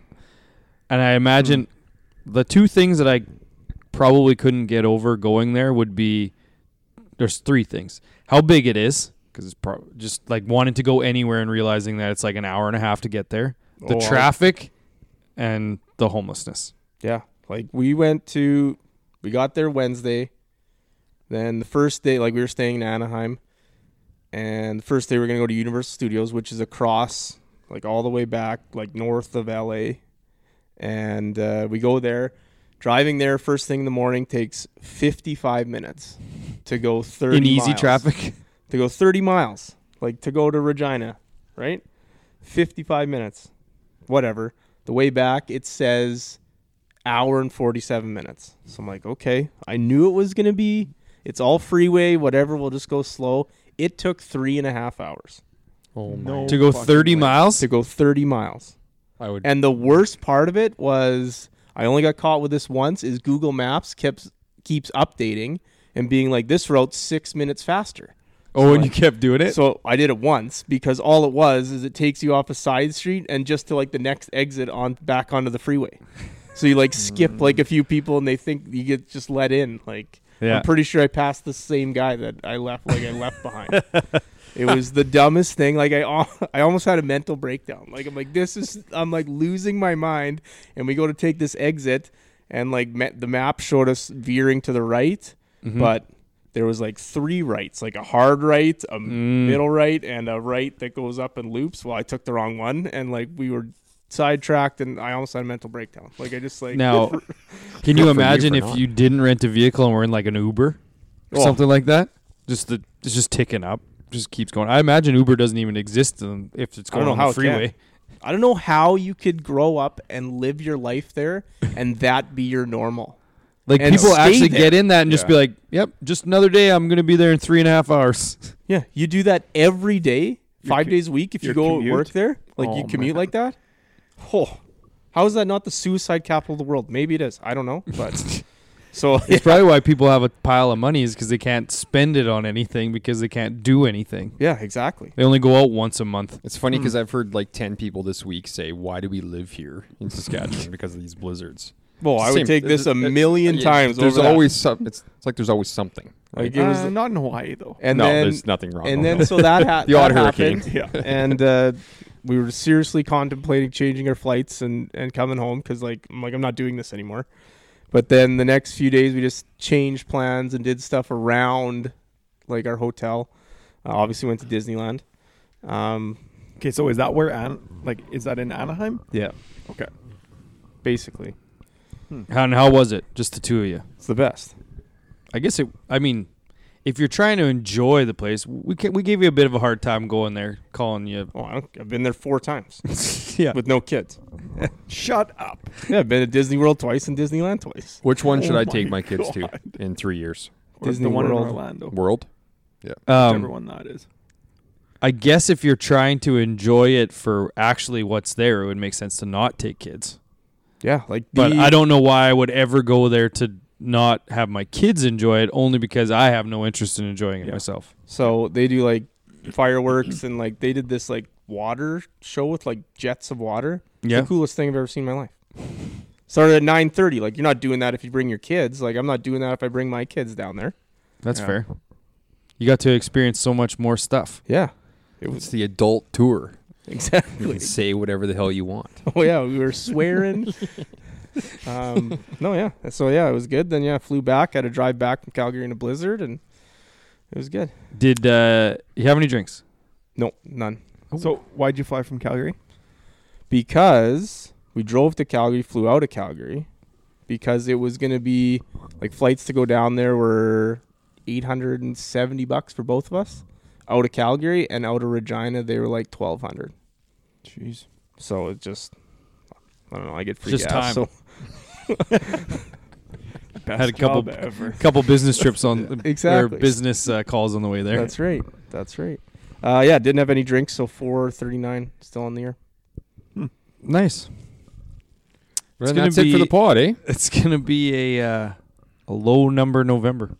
[SPEAKER 1] And I imagine the two things that I probably couldn't get over going there would be there's three things. How big it is, because it's pro- just like wanting to go anywhere and realizing that it's like an hour and a half to get there. The
[SPEAKER 2] Oh, I-
[SPEAKER 1] traffic and the homelessness.
[SPEAKER 2] Yeah. Like we went to we got there Wednesday. Then the first day like we were staying in Anaheim. And the first day we are gonna go to Universal Studios, which is across like all the way back, like north of LA. And uh, we go there. Driving there first thing in the morning takes fifty five minutes to go thirty
[SPEAKER 1] In easy
[SPEAKER 2] miles.
[SPEAKER 1] traffic.
[SPEAKER 2] To go thirty miles. Like to go to Regina, right? Fifty five minutes. Whatever. The way back it says hour and 47 minutes. So I'm like, okay, I knew it was going to be, it's all freeway, whatever, we'll just go slow. It took three and a half hours
[SPEAKER 3] Oh my!
[SPEAKER 4] No
[SPEAKER 1] to go
[SPEAKER 4] fucking
[SPEAKER 1] 30
[SPEAKER 4] way.
[SPEAKER 1] miles.
[SPEAKER 2] to go 30 miles.
[SPEAKER 3] I would.
[SPEAKER 2] And the worst part of it was I only got caught with this once is Google Maps kept keeps updating and being like this route's 6 minutes faster.
[SPEAKER 1] Oh, and you kept doing it?
[SPEAKER 2] So I did it once because all it was is it takes you off a side street and just to like the next exit on back onto the freeway. So you like skip like a few people and they think you get just let in. Like
[SPEAKER 1] Yeah.
[SPEAKER 2] I'm pretty sure I passed the same guy that I left like I left behind. It was the dumbest thing. Like I, al- I almost had a mental breakdown. Like I'm like this is I'm like losing my mind. And we go to take this exit, and like ma- the map showed us veering to the right,
[SPEAKER 4] Mm-hmm.
[SPEAKER 1] Mm-hmm.
[SPEAKER 2] but there was like three rights, like a hard right, a
[SPEAKER 4] Mm.
[SPEAKER 2] middle right, and a right that goes up and loops. Well, I took the wrong one, and like we were sidetracked, and I almost had a mental breakdown. Like I just like
[SPEAKER 1] Now, can
[SPEAKER 3] Good for
[SPEAKER 1] you
[SPEAKER 3] you
[SPEAKER 1] imagine
[SPEAKER 3] for
[SPEAKER 1] if
[SPEAKER 3] not.
[SPEAKER 1] you didn't rent a vehicle and were in like an Uber or
[SPEAKER 2] Oh.
[SPEAKER 1] something like that? Just the it's just ticking up, just keeps going. I imagine Uber doesn't even exist in- if it's
[SPEAKER 2] I
[SPEAKER 1] going
[SPEAKER 2] don't know
[SPEAKER 1] on
[SPEAKER 2] how
[SPEAKER 1] the
[SPEAKER 2] it can.
[SPEAKER 1] freeway.
[SPEAKER 2] I don't know how you could grow up and live your life there, and that be your normal.
[SPEAKER 1] Like
[SPEAKER 2] And
[SPEAKER 1] people
[SPEAKER 2] stay
[SPEAKER 1] actually
[SPEAKER 2] there.
[SPEAKER 1] get in that and just
[SPEAKER 3] Yeah.
[SPEAKER 1] be like, "Yep, just another day. I'm gonna be there in three and a half hours."
[SPEAKER 2] Yeah, you do that every day,
[SPEAKER 4] Your
[SPEAKER 2] five
[SPEAKER 4] co-
[SPEAKER 2] days a week. If you
[SPEAKER 4] your
[SPEAKER 2] go
[SPEAKER 4] commute?
[SPEAKER 2] work there, like you
[SPEAKER 4] Oh,
[SPEAKER 2] commute
[SPEAKER 4] man.
[SPEAKER 2] like that. Oh, how is that not the suicide capital of the world? Maybe it is. I don't know, but so
[SPEAKER 1] It's probably why people have a pile of money is because they can't spend it on anything because they can't do anything.
[SPEAKER 2] yeah, exactly.
[SPEAKER 1] They only go out once a month.
[SPEAKER 3] It's funny because I've heard like ten people this week say, "Why do we live here in Saskatchewan because of these blizzards?"
[SPEAKER 2] Well,
[SPEAKER 3] It's
[SPEAKER 2] I
[SPEAKER 3] the
[SPEAKER 2] would
[SPEAKER 3] same-
[SPEAKER 2] take this
[SPEAKER 3] it's-
[SPEAKER 2] a
[SPEAKER 3] it's-
[SPEAKER 2] million
[SPEAKER 3] yeah,
[SPEAKER 2] times.
[SPEAKER 3] There's
[SPEAKER 2] over that.
[SPEAKER 3] always some. It's, it's like there's always something.
[SPEAKER 2] like it was,
[SPEAKER 4] Uh, not in Hawaii though.
[SPEAKER 2] and
[SPEAKER 3] no,
[SPEAKER 2] then
[SPEAKER 3] there's nothing wrong.
[SPEAKER 2] and
[SPEAKER 3] with
[SPEAKER 2] then
[SPEAKER 3] that.
[SPEAKER 2] so that, ha-
[SPEAKER 3] The odd
[SPEAKER 2] that
[SPEAKER 3] hurricane.
[SPEAKER 2] happened.
[SPEAKER 4] Yeah.
[SPEAKER 2] and uh, we were seriously contemplating changing our flights and, and coming home because like I'm like I'm not doing this anymore. But then the next few days we just changed plans and did stuff around like our hotel. Uh, obviously went to Disneyland. Um,
[SPEAKER 4] Okay, so is that where An like is that in Anaheim?
[SPEAKER 2] yeah,
[SPEAKER 4] Okay.
[SPEAKER 2] basically
[SPEAKER 1] And how was it? Just the two of you?
[SPEAKER 2] it's the best.
[SPEAKER 1] I guess it. I mean, if you're trying to enjoy the place, we ca we gave you a bit of a hard time going there, calling you.
[SPEAKER 2] Oh, I don't, I've been there four times
[SPEAKER 1] yeah,
[SPEAKER 2] with no kids.
[SPEAKER 4] Shut up.
[SPEAKER 2] Yeah, I've been to Disney World twice and Disneyland twice.
[SPEAKER 3] Which one should
[SPEAKER 4] Oh
[SPEAKER 3] I take
[SPEAKER 4] my
[SPEAKER 3] my kids
[SPEAKER 4] God.
[SPEAKER 3] to in three years?
[SPEAKER 4] Where's
[SPEAKER 2] Disney
[SPEAKER 4] the one
[SPEAKER 2] World.
[SPEAKER 4] in Orlando?
[SPEAKER 3] World. Um,
[SPEAKER 4] Whichever
[SPEAKER 1] um,
[SPEAKER 4] one that is.
[SPEAKER 1] I guess if you're trying to enjoy it for actually what's there, it would make sense to not take kids.
[SPEAKER 2] Yeah, like
[SPEAKER 1] But
[SPEAKER 2] the-
[SPEAKER 1] I don't know why I would ever go there to not have my kids enjoy it, only because I have no interest in enjoying it
[SPEAKER 2] Yeah.
[SPEAKER 1] myself.
[SPEAKER 2] So they do like fireworks and like they did this like water show with like jets of water. It's
[SPEAKER 1] Yeah.
[SPEAKER 2] The coolest thing I've ever seen in my life. Started at nine thirty. Like you're not doing that if you bring your kids. Like I'm not doing that if I bring my kids down there.
[SPEAKER 1] That's
[SPEAKER 4] Yeah.
[SPEAKER 1] fair. You got to experience so much more stuff.
[SPEAKER 2] Yeah.
[SPEAKER 3] It was the adult tour. You
[SPEAKER 2] Exactly.
[SPEAKER 3] can say whatever the hell you want.
[SPEAKER 2] oh yeah, we were swearing. um no yeah. So yeah, it was good. Then yeah, flew back, had a drive back from Calgary in a blizzard and it was good.
[SPEAKER 1] Did uh, you have any drinks?
[SPEAKER 2] No, none.
[SPEAKER 4] So why'd you fly from Calgary?
[SPEAKER 2] because we drove to Calgary, flew out of Calgary, because it was going to be like flights to go down there were 870 bucks for both of us out of Calgary and out of Regina they were like 1200.
[SPEAKER 4] Jeez.
[SPEAKER 2] So it just I don't know. I get free
[SPEAKER 1] Just
[SPEAKER 2] gas,
[SPEAKER 1] time.
[SPEAKER 2] so
[SPEAKER 4] Best
[SPEAKER 1] Had a couple-
[SPEAKER 4] job ever.
[SPEAKER 1] couple business trips on
[SPEAKER 2] exactly.
[SPEAKER 1] or business uh, calls on the way there.
[SPEAKER 2] that's right. That's right. Uh, yeah, didn't have any drinks, so four thirty nine, still on the year.
[SPEAKER 1] nice.
[SPEAKER 3] Well,
[SPEAKER 1] gonna
[SPEAKER 3] that's it for
[SPEAKER 1] be-
[SPEAKER 3] the pod, eh?
[SPEAKER 1] It's gonna be a uh, a low number November.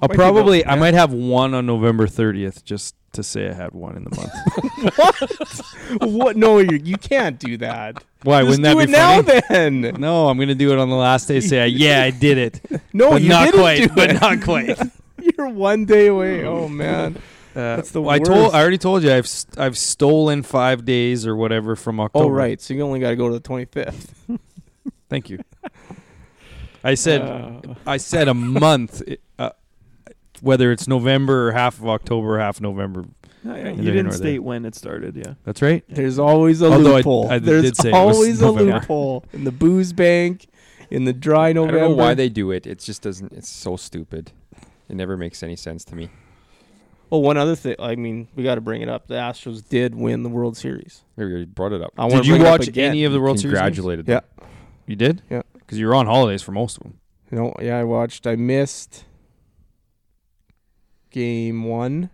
[SPEAKER 1] I'll
[SPEAKER 4] Might be
[SPEAKER 1] probably
[SPEAKER 4] low,
[SPEAKER 1] I
[SPEAKER 4] yeah.
[SPEAKER 1] might have one on November thirtieth just to say I had one in the month.
[SPEAKER 2] what? No, you you can't do that.
[SPEAKER 1] Why
[SPEAKER 2] Just
[SPEAKER 1] wouldn't that
[SPEAKER 2] do
[SPEAKER 1] be
[SPEAKER 2] it now
[SPEAKER 1] funny?
[SPEAKER 2] then.
[SPEAKER 1] No, I'm gonna do it on the last day. Say, yeah, I did it,
[SPEAKER 2] No,
[SPEAKER 1] but
[SPEAKER 2] you
[SPEAKER 1] not
[SPEAKER 2] didn't
[SPEAKER 1] quite.
[SPEAKER 2] do
[SPEAKER 1] but
[SPEAKER 2] it.
[SPEAKER 1] not quite.
[SPEAKER 2] You're one day away. Oh man, that's the
[SPEAKER 1] I
[SPEAKER 2] worst.
[SPEAKER 1] told I already told you I've s- I've stolen five days or whatever from October.
[SPEAKER 2] oh right, so you only got to go to the twenty fifth.
[SPEAKER 1] Thank you. I said
[SPEAKER 4] Uh,
[SPEAKER 1] I said a month, it- uh, whether it's November or half of October, or half November.
[SPEAKER 4] no, yeah,
[SPEAKER 1] Neither
[SPEAKER 4] you
[SPEAKER 1] here
[SPEAKER 4] didn't
[SPEAKER 1] nor there.
[SPEAKER 4] state when it started. Yeah.
[SPEAKER 1] That's right.
[SPEAKER 2] There's always a
[SPEAKER 1] Although I-
[SPEAKER 2] loophole.
[SPEAKER 1] I
[SPEAKER 2] There's
[SPEAKER 1] did say it was
[SPEAKER 2] always a
[SPEAKER 1] November.
[SPEAKER 2] loophole in the booze bank, in the dry
[SPEAKER 3] I
[SPEAKER 2] November.
[SPEAKER 3] don't know why they do it. It just doesn't. It's so stupid. It never makes any sense to me.
[SPEAKER 2] Well, Oh, one other thing. I mean, we got to bring it up. The Astros did win the World Series.
[SPEAKER 3] Maybe you already brought it up.
[SPEAKER 2] I wanna
[SPEAKER 1] Did you
[SPEAKER 2] bring it up
[SPEAKER 1] watch
[SPEAKER 2] again.
[SPEAKER 1] any of the World Series? games?
[SPEAKER 3] Congratulated them.
[SPEAKER 1] You did?
[SPEAKER 2] Yeah.
[SPEAKER 1] Because you were on holidays for most of them.
[SPEAKER 2] No, yeah, I watched. I missed game one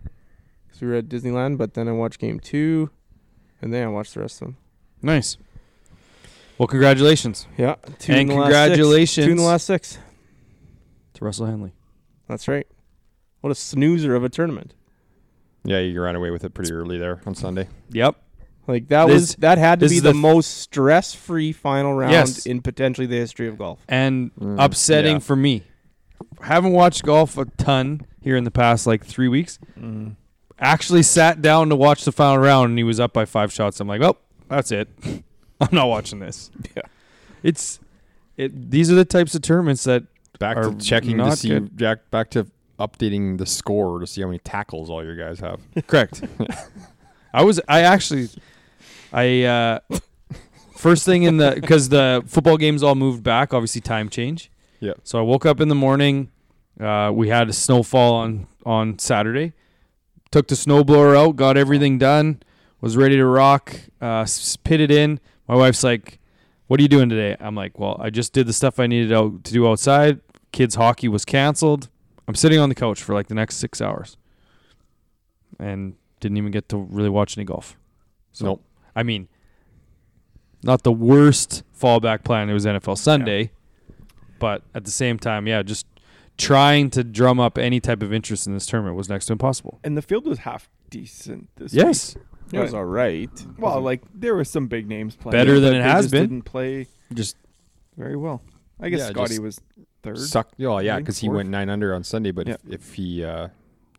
[SPEAKER 2] because we were at Disneyland, but then I watched game two, and then I watched the rest of them.
[SPEAKER 1] Nice. Well, congratulations
[SPEAKER 2] Yeah, two
[SPEAKER 1] And
[SPEAKER 2] in the last six. Two in
[SPEAKER 1] congratulations.
[SPEAKER 2] the last six.
[SPEAKER 1] to Russell Henley.
[SPEAKER 2] That's right. What a snoozer of a tournament!
[SPEAKER 3] Yeah, you ran away with it pretty early there on Sunday.
[SPEAKER 1] Yep.
[SPEAKER 2] Like that
[SPEAKER 1] This-
[SPEAKER 2] was that had to
[SPEAKER 1] this
[SPEAKER 2] be
[SPEAKER 1] is
[SPEAKER 2] the,
[SPEAKER 1] the f-
[SPEAKER 2] most stress-free final round
[SPEAKER 1] Yes.
[SPEAKER 2] in potentially the history of golf.
[SPEAKER 1] And
[SPEAKER 3] Mm,
[SPEAKER 1] upsetting
[SPEAKER 3] yeah.
[SPEAKER 1] for me. Haven't watched golf a ton here in the past like three weeks.
[SPEAKER 4] Mm.
[SPEAKER 1] Actually sat down to watch the final round and he was up by five shots. I'm like, oh, that's it. I'm not watching this.
[SPEAKER 2] Yeah.
[SPEAKER 1] It's it these are the types of tournaments that
[SPEAKER 3] Back
[SPEAKER 1] Are
[SPEAKER 3] to checking to
[SPEAKER 1] not
[SPEAKER 3] see
[SPEAKER 1] good.
[SPEAKER 3] Jack. Back to updating the score to see how many tackles all your guys have.
[SPEAKER 1] Correct. I was. I actually. I uh, first thing in the because the football games all moved back. Obviously, time change.
[SPEAKER 3] Yeah.
[SPEAKER 1] So I woke up in the morning. Uh, we had a snowfall on on Saturday. Took the snowblower out. Got everything done. Was ready to rock. Uh, s- pit it in. My wife's like, "What are you doing today?" I'm like, "Well, I just did the stuff I needed out to do outside. Kids hockey was canceled. I'm sitting on the couch for like the next six hours." and didn't even get to really watch any golf. So
[SPEAKER 3] Nope.
[SPEAKER 1] I mean, not the worst fallback plan. It was NFL Sunday, but at the same time, yeah, just trying to drum up any type of interest in this tournament was next to impossible.
[SPEAKER 4] And the field was half decent this week.
[SPEAKER 1] Yes,
[SPEAKER 2] It was all right.
[SPEAKER 4] Well, like there were some big names playing.
[SPEAKER 1] Better than
[SPEAKER 4] but
[SPEAKER 1] it
[SPEAKER 4] they
[SPEAKER 1] has
[SPEAKER 4] just
[SPEAKER 1] been.
[SPEAKER 4] Didn't play
[SPEAKER 1] just
[SPEAKER 4] very well. I guess
[SPEAKER 3] Yeah,
[SPEAKER 4] Scotty
[SPEAKER 3] just
[SPEAKER 4] was third.
[SPEAKER 3] Suck. Oh yeah,
[SPEAKER 4] Think
[SPEAKER 3] because he
[SPEAKER 4] fourth.
[SPEAKER 3] went nine under on Sunday. But
[SPEAKER 4] Yeah.
[SPEAKER 3] if, if he, uh,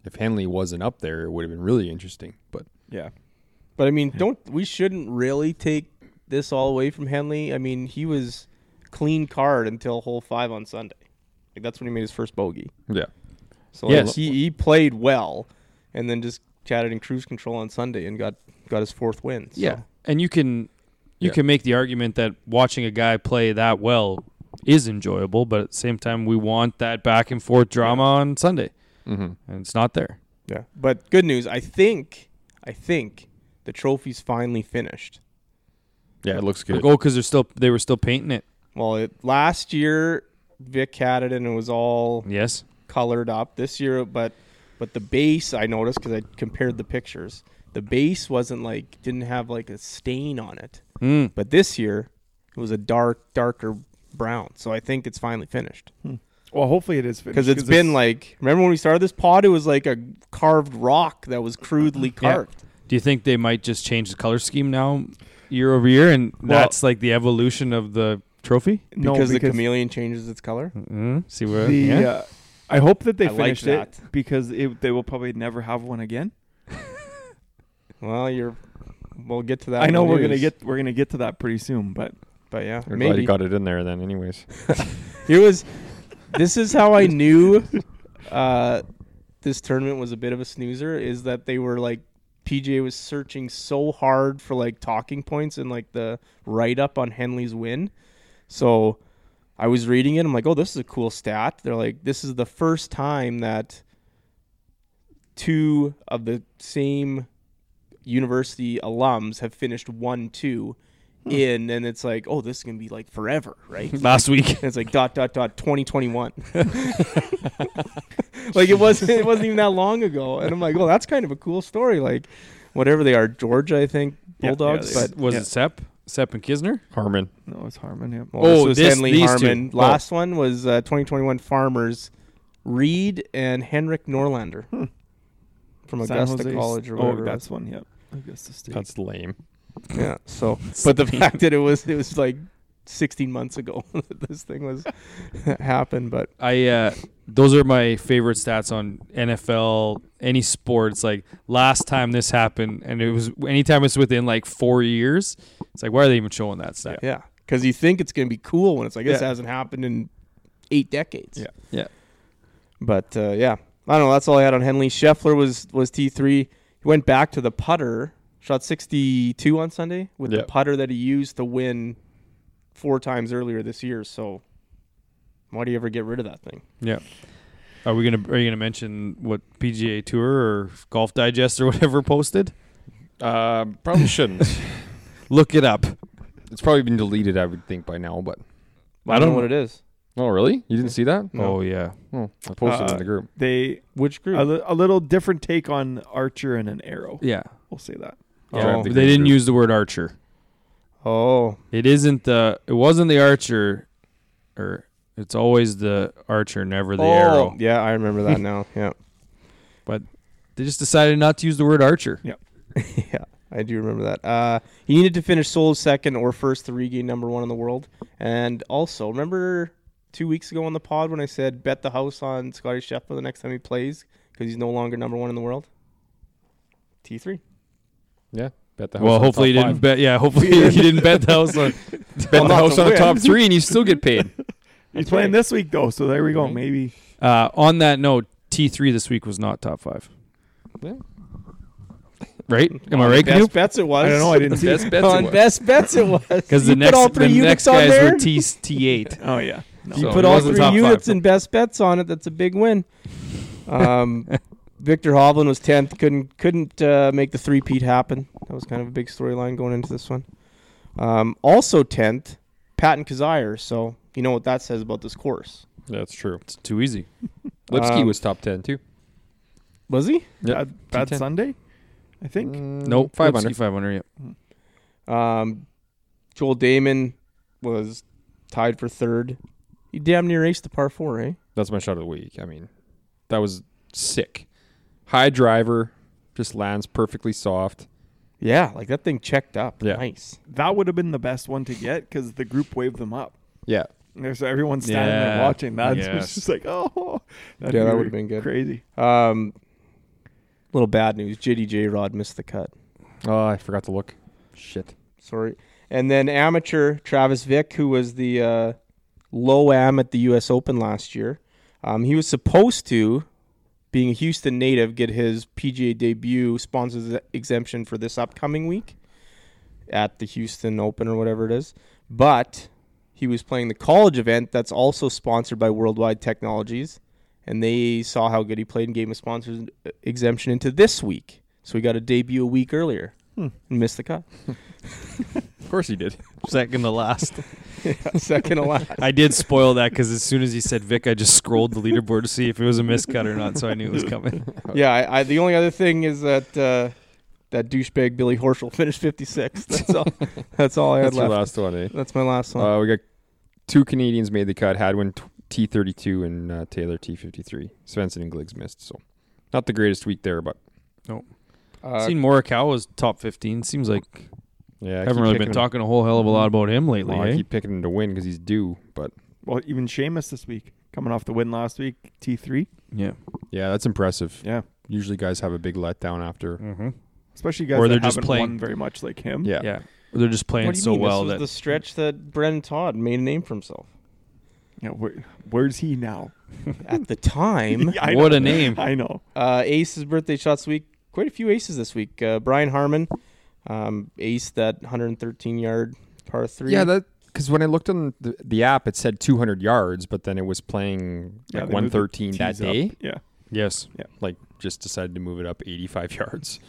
[SPEAKER 3] if Henley wasn't up there, it would have been really interesting. But
[SPEAKER 4] Yeah.
[SPEAKER 2] But I mean, don't we shouldn't really take this all away from Henley? I mean, he was clean card until hole five on Sunday. Like that's when he made his first bogey.
[SPEAKER 3] yeah,
[SPEAKER 2] So like,
[SPEAKER 1] Yes.
[SPEAKER 2] he he played well, and then just chatted in cruise control on Sunday and got got his fourth win. So.
[SPEAKER 1] yeah, and you can you
[SPEAKER 3] Yeah.
[SPEAKER 1] can make the argument that watching a guy play that well is enjoyable, but at the same time, we want that back and forth drama on Sunday,
[SPEAKER 3] mm-hmm.
[SPEAKER 1] and it's not there.
[SPEAKER 2] Yeah. But good news, I think I think the trophy's finally finished.
[SPEAKER 3] yeah, it looks
[SPEAKER 1] Like,
[SPEAKER 3] good.
[SPEAKER 1] oh, because they're still they were still painting it.
[SPEAKER 2] Well, it, last year Vic had it and it was all
[SPEAKER 1] Yes,
[SPEAKER 2] colored up this year, but but the base I noticed because I compared the pictures. The base wasn't like didn't have like a stain on it,
[SPEAKER 1] mm.
[SPEAKER 2] but this year it was a dark darker brown. So I think it's finally finished
[SPEAKER 4] Well, hopefully it is finished
[SPEAKER 2] because it's been like remember when we started this pod, it was like a carved rock that was crudely
[SPEAKER 1] Yeah.
[SPEAKER 2] carved.
[SPEAKER 1] Do you think they might just change the color scheme now, year over year, and
[SPEAKER 4] Well-
[SPEAKER 1] that's like the evolution of the trophy?
[SPEAKER 4] no,
[SPEAKER 2] because, the chameleon changes its color.
[SPEAKER 1] Mm-hmm. See where?
[SPEAKER 4] the,
[SPEAKER 1] yeah.
[SPEAKER 4] uh, I hope that they
[SPEAKER 2] I like
[SPEAKER 4] finished
[SPEAKER 2] that.
[SPEAKER 4] it because it, they will probably never have one again.
[SPEAKER 2] Well, you're. We'll get to that.
[SPEAKER 4] I
[SPEAKER 2] in
[SPEAKER 4] know
[SPEAKER 2] the
[SPEAKER 4] we're gonna
[SPEAKER 2] news,
[SPEAKER 4] get we're gonna get to that pretty soon, but
[SPEAKER 2] but yeah,
[SPEAKER 3] We're glad
[SPEAKER 2] maybe
[SPEAKER 3] you got it in there then. Anyways,
[SPEAKER 2] Here was. This is how I knew uh, this tournament was a bit of a snoozer. Is that they were like PJ was searching so hard for like talking points and like the write up on Henley's win. So I was reading it. I'm like, oh, this is a cool stat. They're like, this is the first time that two of the same university alums have finished one two in, and it's like, oh, this is gonna be like forever, right? And
[SPEAKER 1] Last week.
[SPEAKER 2] it's like dot dot dot 2021. like it wasn't it wasn't even that long ago, and I'm like, well, that's kind of a cool story. Like whatever they are, Georgia, I think
[SPEAKER 4] Yeah, yeah,
[SPEAKER 2] Bulldogs,
[SPEAKER 4] they-
[SPEAKER 2] but.
[SPEAKER 1] was
[SPEAKER 4] yeah.
[SPEAKER 1] it Sep? Sep and Kisner?
[SPEAKER 3] Harmon.
[SPEAKER 4] No, it's Harmon. Yep.
[SPEAKER 2] Well, this
[SPEAKER 1] Oh,
[SPEAKER 2] was
[SPEAKER 1] this-
[SPEAKER 2] Henley
[SPEAKER 1] these two.
[SPEAKER 2] Harmon.
[SPEAKER 1] Oh.
[SPEAKER 2] Last one was uh, 2021 Farmers, Reed and Henrik Norlander
[SPEAKER 4] Hmm.
[SPEAKER 2] from
[SPEAKER 4] San
[SPEAKER 2] Augusta
[SPEAKER 4] Jose
[SPEAKER 2] College or
[SPEAKER 4] oh,
[SPEAKER 2] whatever. it was.
[SPEAKER 4] that's one. Yep. Augusta State.
[SPEAKER 3] That's lame.
[SPEAKER 2] yeah. So, but the fact that it was it was like 16 months ago that this thing was happened, but
[SPEAKER 1] I uh, those are my favorite stats on NFL, any sport. It's like last time this happened, and it was anytime it's within like four years. It's like why are they even showing that stat?
[SPEAKER 2] yeah, because you think it's gonna be cool when it's like this
[SPEAKER 1] Yeah.
[SPEAKER 2] hasn't happened in eight decades.
[SPEAKER 3] Yeah.
[SPEAKER 1] Yeah.
[SPEAKER 2] But uh, yeah, I don't know. That's all I had on Henley. Scheffler was was T three. He went back to the putter. Shot sixty two on Sunday with
[SPEAKER 3] Yeah.
[SPEAKER 2] the putter that he used to win four times earlier this year. So why do you ever get rid of that thing?
[SPEAKER 1] Yeah. Are we gonna Are you gonna mention what PGA Tour or Golf Digest or whatever posted?
[SPEAKER 3] Uh, probably shouldn't.
[SPEAKER 1] Look it up.
[SPEAKER 3] it's probably been deleted, I would think, by now. But
[SPEAKER 1] I don't-
[SPEAKER 2] know what it is.
[SPEAKER 3] oh, really? You didn't see that?
[SPEAKER 2] No.
[SPEAKER 1] Oh yeah,
[SPEAKER 3] Oh, I posted it
[SPEAKER 4] Uh,
[SPEAKER 3] in the group.
[SPEAKER 4] They
[SPEAKER 2] Which group?
[SPEAKER 4] a, li- a little different take on archer and an arrow.
[SPEAKER 1] yeah.
[SPEAKER 4] We'll say that.
[SPEAKER 1] yeah.
[SPEAKER 2] Oh.
[SPEAKER 1] Uh, They didn't use the word archer.
[SPEAKER 2] oh,
[SPEAKER 1] It isn't the. It wasn't the archer, or it's always the archer, never the
[SPEAKER 2] oh,
[SPEAKER 1] arrow.
[SPEAKER 2] Yeah, I remember that now. Yeah,
[SPEAKER 1] They just decided not to use the word archer.
[SPEAKER 2] yeah, I do remember that. Uh, he needed to finish sole second or first to regain number one in the world. And also, remember two weeks ago on the pod when I said bet the house on Scotty Scheffler the next time he plays because he's no longer number one in the world. T three.
[SPEAKER 3] Yeah. Bet the house
[SPEAKER 1] Well,
[SPEAKER 3] on
[SPEAKER 1] hopefully you
[SPEAKER 3] top
[SPEAKER 1] didn't bet. Yeah, hopefully you didn't bet the house on.
[SPEAKER 3] five. bet the
[SPEAKER 2] not
[SPEAKER 3] house
[SPEAKER 2] to
[SPEAKER 3] on the top
[SPEAKER 2] win.
[SPEAKER 3] three, and you still get paid.
[SPEAKER 4] He's playing this week though, so there we go.
[SPEAKER 3] Right.
[SPEAKER 4] Maybe
[SPEAKER 1] Uh, on that note, T three this week was not top five.
[SPEAKER 3] Yeah.
[SPEAKER 1] Right? Am I right,
[SPEAKER 2] Best
[SPEAKER 1] Canoe?
[SPEAKER 2] bets it was.
[SPEAKER 4] I don't know. I didn't see.
[SPEAKER 3] Best bets. it
[SPEAKER 2] on
[SPEAKER 3] was.
[SPEAKER 2] best bets it was.
[SPEAKER 1] Because the
[SPEAKER 2] You put all
[SPEAKER 1] next the
[SPEAKER 2] three units
[SPEAKER 1] next
[SPEAKER 2] on
[SPEAKER 1] guys
[SPEAKER 2] there.
[SPEAKER 1] were T T eight.
[SPEAKER 4] Oh yeah. No.
[SPEAKER 1] So-
[SPEAKER 2] you
[SPEAKER 1] it
[SPEAKER 2] put all
[SPEAKER 1] wasn't
[SPEAKER 2] three
[SPEAKER 1] top five.
[SPEAKER 2] units and best bets on it. That's a big win. Um, Victor Hovland was tenth. Couldn't couldn't uh, make the three peat happen. That was kind of a big storyline going into this one. Um, also tenth, Patton Kazire. So you know what that says about this course.
[SPEAKER 3] That's true.
[SPEAKER 1] It's too e- easy.
[SPEAKER 3] Lipsky
[SPEAKER 2] Um,
[SPEAKER 3] was top ten too.
[SPEAKER 2] Was he?
[SPEAKER 3] Yeah. Mm.
[SPEAKER 4] Bad, bad
[SPEAKER 3] T10.
[SPEAKER 4] Sunday, I think.
[SPEAKER 1] Nope.
[SPEAKER 3] Five under.
[SPEAKER 1] Five hundred. Yeah.
[SPEAKER 2] Um, Joel Damon was tied for third. You damn near aced the par four, eh?
[SPEAKER 3] That's my shot of the week. I mean, that was sick. High driver, just lands perfectly soft.
[SPEAKER 2] Yeah, like that thing checked up.
[SPEAKER 3] Yeah.
[SPEAKER 2] Nice.
[SPEAKER 4] That would have been the best one to get because the group waved them up.
[SPEAKER 3] Yeah.
[SPEAKER 4] There's everyone standing
[SPEAKER 1] Yeah.
[SPEAKER 4] there watching. That's
[SPEAKER 1] Yes.
[SPEAKER 4] just like oh. that'd
[SPEAKER 2] Yeah,
[SPEAKER 4] be
[SPEAKER 2] that
[SPEAKER 4] re-
[SPEAKER 2] would've been good.
[SPEAKER 4] Crazy.
[SPEAKER 2] Um, little bad news. JD J Rod missed the cut.
[SPEAKER 3] Oh, I forgot to look. Shit.
[SPEAKER 2] Sorry. And then amateur Travis Vick, who was the uh, low am at the U.S. Open last year, um, he was supposed to, being a Houston native, get his PGA debut sponsors e-, exemption for this upcoming week at the Houston Open or whatever it is. But he was playing the college event that's also sponsored by Worldwide Technologies, and they saw how good he played and gave him a sponsors e-, exemption into this week. So he got a debut a week earlier
[SPEAKER 4] Hmm.
[SPEAKER 2] and missed the cut.
[SPEAKER 3] Of course he did.
[SPEAKER 1] Second to last.
[SPEAKER 2] Second to last.
[SPEAKER 1] I did spoil that because as soon as he said Vic, I just scrolled the leaderboard to see if it was a miscut or not, so I knew it was coming.
[SPEAKER 2] Yeah, I, I, the only other thing is that uh, that douchebag Billy Horschel finished 56th. That's all. that's all I had
[SPEAKER 3] That's your
[SPEAKER 2] left.
[SPEAKER 3] last one, eh?
[SPEAKER 2] That's my last one.
[SPEAKER 3] Uh, we got two Canadians made the cut. Hadwin T thirty two and uh, Taylor T fifty three. Svensson and Gliggs missed. So not the greatest week there, but
[SPEAKER 2] Uh,
[SPEAKER 1] Seen Morikawa was top fifteen. Seems like
[SPEAKER 3] yeah,
[SPEAKER 1] I
[SPEAKER 3] I
[SPEAKER 1] haven't
[SPEAKER 3] keep
[SPEAKER 1] really
[SPEAKER 3] picking
[SPEAKER 1] been
[SPEAKER 3] him-
[SPEAKER 1] talking a whole hell of a lot about him lately.
[SPEAKER 3] Well, I
[SPEAKER 1] eh?
[SPEAKER 3] keep picking him to win because he's due. But
[SPEAKER 4] Well, even Seamus this week coming off the win last week. T three.
[SPEAKER 1] Yeah.
[SPEAKER 3] yeah, that's impressive.
[SPEAKER 4] Yeah.
[SPEAKER 3] Usually guys have a big letdown after.
[SPEAKER 1] Mm-hmm.
[SPEAKER 4] Especially guys
[SPEAKER 1] Or
[SPEAKER 4] that
[SPEAKER 1] they're just
[SPEAKER 4] haven't
[SPEAKER 1] playing-
[SPEAKER 4] won very much like him.
[SPEAKER 3] Yeah.
[SPEAKER 1] Yeah. They're just playing
[SPEAKER 2] what do you
[SPEAKER 1] so
[SPEAKER 2] mean?
[SPEAKER 1] well
[SPEAKER 2] this was
[SPEAKER 1] that
[SPEAKER 2] the stretch that Brendan Todd made a name for himself.
[SPEAKER 4] Yeah, where, where's he now?
[SPEAKER 2] At the time,
[SPEAKER 4] Yeah, I
[SPEAKER 1] What
[SPEAKER 4] know.
[SPEAKER 1] a name.
[SPEAKER 4] I know.
[SPEAKER 2] uh, Ace's birthday shots week. Quite a few aces this week. Uh, Brian Harmon, um, ace that 113 yard par three.
[SPEAKER 3] Yeah, that because when I looked on the, the app, it said 200 yards, but then it was playing
[SPEAKER 4] Yeah,
[SPEAKER 3] like
[SPEAKER 4] they moved the
[SPEAKER 3] 113 that
[SPEAKER 4] Tees up.
[SPEAKER 3] day.
[SPEAKER 4] Yeah.
[SPEAKER 1] yes.
[SPEAKER 3] Like just decided to move it up 85 yards.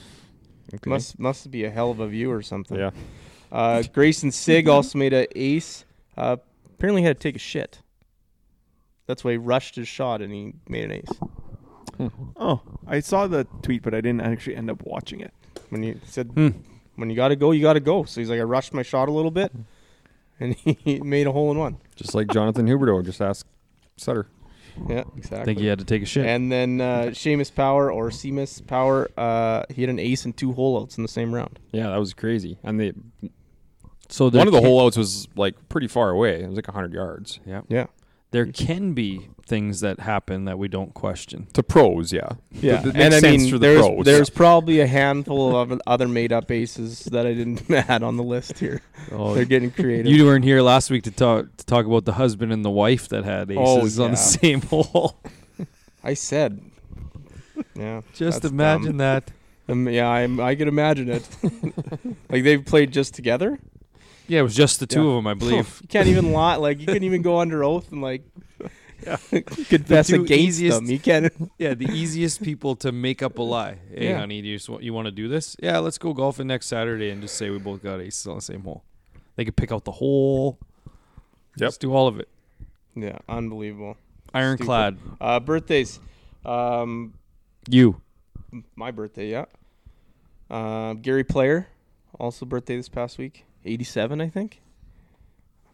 [SPEAKER 3] Okay.
[SPEAKER 2] must must be a hell of a view or something.
[SPEAKER 3] yeah,
[SPEAKER 2] Uh, Grayson Sig also made a ace. Uh, apparently had to take a shit. That's why he rushed his shot and he made an ace.
[SPEAKER 4] Oh, I saw the tweet, but I didn't actually end up watching it.
[SPEAKER 2] When you said
[SPEAKER 1] Hmm.
[SPEAKER 2] when you got to go, you got to go. So he's like, I rushed my shot a little bit, and he made a hole in one.
[SPEAKER 3] Just like Jonathan Huberto, just ask Sutter.
[SPEAKER 2] Yeah,
[SPEAKER 1] I
[SPEAKER 2] exactly.
[SPEAKER 1] think he had to take a shit.
[SPEAKER 2] And then uh, Seamus Power or Seamus Power, uh, he had an ace and two holeouts in the same round.
[SPEAKER 3] Yeah, that was crazy. And the
[SPEAKER 1] so there
[SPEAKER 3] one of the
[SPEAKER 1] can-
[SPEAKER 3] holeouts was like pretty far away. It was like 100 yards.
[SPEAKER 1] Yeah.
[SPEAKER 2] Yeah.
[SPEAKER 1] There can be things that happen that we don't question.
[SPEAKER 3] To pros, yeah.
[SPEAKER 2] Yeah,
[SPEAKER 3] Th- th-
[SPEAKER 2] and I
[SPEAKER 3] makes sense
[SPEAKER 2] mean,
[SPEAKER 3] for the
[SPEAKER 2] there's
[SPEAKER 3] pros.
[SPEAKER 2] there's probably a handful of other made-up aces that I didn't add on the list here.
[SPEAKER 1] Oh,
[SPEAKER 2] They're getting creative.
[SPEAKER 1] you weren't here last week to talk to talk about the husband and the wife that had
[SPEAKER 2] Oh,
[SPEAKER 1] aces on
[SPEAKER 2] yeah.
[SPEAKER 1] the same hole.
[SPEAKER 2] I said, yeah.
[SPEAKER 1] Just
[SPEAKER 2] That's
[SPEAKER 1] imagine
[SPEAKER 2] dumb.
[SPEAKER 1] that.
[SPEAKER 2] Um, yeah, I'm, I could imagine it. like they've played just together.
[SPEAKER 1] Yeah, it was just the two
[SPEAKER 2] Yeah.
[SPEAKER 1] of them, I believe.
[SPEAKER 2] You can't even lie. Like you couldn't even go under oath and like confess
[SPEAKER 1] The two
[SPEAKER 2] against
[SPEAKER 1] easiest-
[SPEAKER 2] them. You can't.
[SPEAKER 1] yeah, the easiest people to make up a lie. Hey,
[SPEAKER 2] Yeah.
[SPEAKER 1] honey, do you, just want, you want to do this? Yeah, let's go golfing next Saturday and just say we both got aces on the same hole. They could pick out the hole.
[SPEAKER 3] Yep.
[SPEAKER 1] Let's do all of it.
[SPEAKER 2] Yeah, unbelievable.
[SPEAKER 1] Ironclad.
[SPEAKER 2] Uh, birthdays. Um,
[SPEAKER 1] You.
[SPEAKER 2] my birthday, yeah. Um, Gary Player, also birthday this past week, eighty-seven, I think.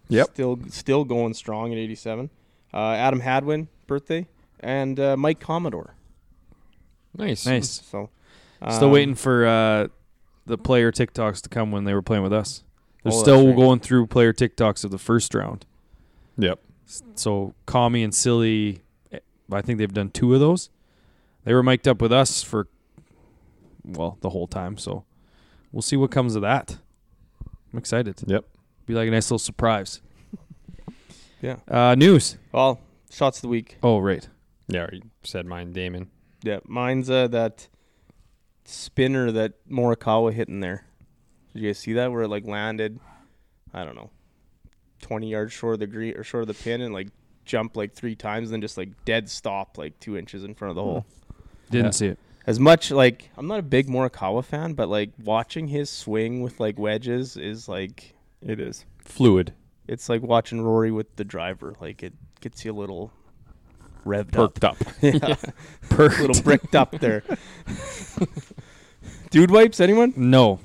[SPEAKER 3] Yep.
[SPEAKER 2] Still, still going strong at eighty-seven. Uh, Adam Hadwin birthday, and uh, Mike Commodore.
[SPEAKER 3] Nice.
[SPEAKER 1] Nice.
[SPEAKER 2] So,
[SPEAKER 1] Still
[SPEAKER 2] um,
[SPEAKER 1] waiting for uh, the player TikToks to come when they were playing with us. They're
[SPEAKER 2] Oh, that's
[SPEAKER 1] still
[SPEAKER 2] right.
[SPEAKER 1] going through player TikToks of the first round.
[SPEAKER 3] Yep.
[SPEAKER 1] S- So Kami and Silly, eh, I think they've done two of those. They were mic'd up with us for, well, the whole time. So we'll see what comes of that. I'm excited.
[SPEAKER 3] Yep.
[SPEAKER 1] Be like a nice little surprise.
[SPEAKER 2] Yeah.
[SPEAKER 1] Uh, news.
[SPEAKER 2] Well, shots of the week.
[SPEAKER 1] Oh, right.
[SPEAKER 3] Yeah, you said mine, Damon.
[SPEAKER 2] Yeah, mine's uh, that spinner that Morikawa hit in there. Did you guys see that where it like landed? I don't know, twenty yards short of the green or short of the pin, and like jumped like three times, and then just like dead stop like two inches in front of the hole.
[SPEAKER 1] Didn't
[SPEAKER 3] Yeah.
[SPEAKER 1] see it.
[SPEAKER 2] As much like I'm not a big Morikawa fan, but like watching his swing with like wedges is like
[SPEAKER 4] It is.
[SPEAKER 3] Fluid.
[SPEAKER 2] it's like watching Rory with the driver. Like it gets you a little revved up.
[SPEAKER 3] Perked up.
[SPEAKER 2] Yeah. Little bricked up there. Dude wipes, anyone?
[SPEAKER 1] No,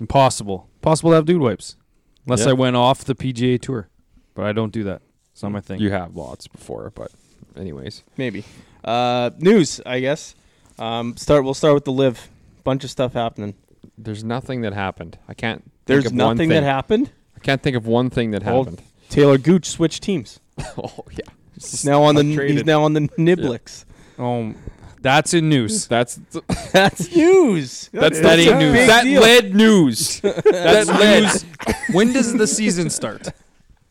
[SPEAKER 1] impossible. Possible to have dude wipes, unless
[SPEAKER 3] Yeah.
[SPEAKER 1] I went off the PGA tour, but I don't do that. It's not my thing.
[SPEAKER 3] You have lots before, but anyways.
[SPEAKER 2] Maybe. Uh, news, I guess. Um, start. We'll start with the live. Bunch of stuff happening.
[SPEAKER 3] There's nothing that happened. I can't think
[SPEAKER 2] There's
[SPEAKER 3] of one
[SPEAKER 2] nothing
[SPEAKER 3] thing.
[SPEAKER 2] that happened.
[SPEAKER 3] I can't think of one thing that
[SPEAKER 2] Oh.
[SPEAKER 3] happened.
[SPEAKER 2] Taylor Gooch switched teams.
[SPEAKER 3] oh yeah.
[SPEAKER 2] He's now on the. He's
[SPEAKER 3] Traded.
[SPEAKER 2] now on the Niblix.
[SPEAKER 1] Um, that's in news.
[SPEAKER 3] That's
[SPEAKER 2] That's news.
[SPEAKER 3] that's
[SPEAKER 4] that ain't news.
[SPEAKER 2] Big
[SPEAKER 3] That
[SPEAKER 2] deal.
[SPEAKER 3] led news.
[SPEAKER 1] That's news. when does the season start?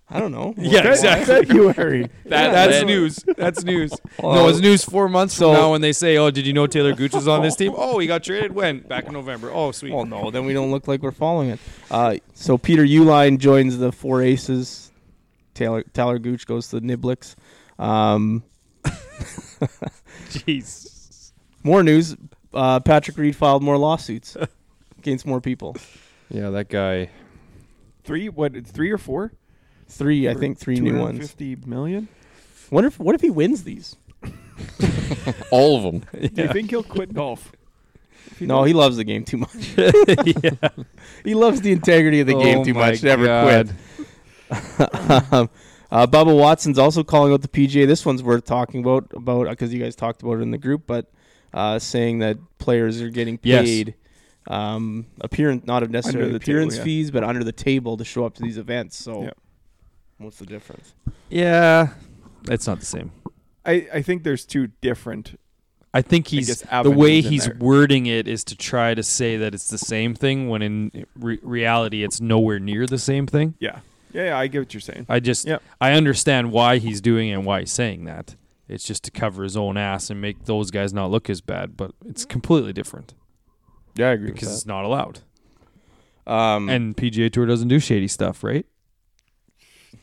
[SPEAKER 2] I don't know.
[SPEAKER 1] Yeah,
[SPEAKER 4] Fe-
[SPEAKER 1] exactly.
[SPEAKER 4] February.
[SPEAKER 3] That
[SPEAKER 1] that's
[SPEAKER 3] led-
[SPEAKER 1] news. That's news.
[SPEAKER 2] Well,
[SPEAKER 1] no, it's news four months
[SPEAKER 2] so-
[SPEAKER 1] from now when they say, "Oh, did you know Taylor Gooch was on this team? Oh, he got traded when? Back in November. Oh, sweet.
[SPEAKER 2] Well, no, then we don't look like we're following it. Uh, so Peter Uline joins the Four Aces. Taylor Taylor Gooch goes to the Niblix. Um,
[SPEAKER 1] Jeez.
[SPEAKER 2] more news. Uh, Patrick Reed filed more lawsuits against more people.
[SPEAKER 3] Yeah, that guy.
[SPEAKER 4] Three, what, three or four?
[SPEAKER 2] Three, I
[SPEAKER 4] For
[SPEAKER 2] think, three new ones.
[SPEAKER 4] 250 million?
[SPEAKER 2] What if what if he wins these?
[SPEAKER 3] All of them.
[SPEAKER 4] Do you think he'll quit golf? If
[SPEAKER 2] No,
[SPEAKER 4] does-
[SPEAKER 2] he loves the game too much. He loves the integrity of the game
[SPEAKER 1] Oh
[SPEAKER 2] too
[SPEAKER 1] my
[SPEAKER 2] much. Never
[SPEAKER 1] God.
[SPEAKER 2] quit. um, uh, Bubba Watson's also calling out the PGA. This one's worth talking about about because you guys talked about it in the group, but uh, saying that players are getting
[SPEAKER 1] Yes.
[SPEAKER 2] paid um, appearance not necessarily
[SPEAKER 4] Under the table,
[SPEAKER 2] appearance
[SPEAKER 4] yeah.
[SPEAKER 2] fees, but under the table to show up to these events. So,
[SPEAKER 4] Yeah.
[SPEAKER 2] what's the difference?
[SPEAKER 1] Yeah, it's not the same.
[SPEAKER 4] I, I think there's two different.
[SPEAKER 1] I think
[SPEAKER 4] I
[SPEAKER 1] he's
[SPEAKER 4] guess,
[SPEAKER 1] the
[SPEAKER 4] avenues
[SPEAKER 1] way
[SPEAKER 4] in
[SPEAKER 1] he's
[SPEAKER 4] there.
[SPEAKER 1] wording it is to try to say that it's the same thing when in re- reality it's nowhere near the same thing.
[SPEAKER 4] Yeah. Yeah, yeah, I get what you're saying.
[SPEAKER 1] I just
[SPEAKER 4] Yep.
[SPEAKER 1] I understand why he's doing it and why he's saying that. It's just to cover his own ass and make those guys not look as bad, but it's completely different
[SPEAKER 2] Yeah, I agree.
[SPEAKER 1] because it's not allowed.
[SPEAKER 2] um,
[SPEAKER 1] And PGA Tour doesn't do shady stuff, right?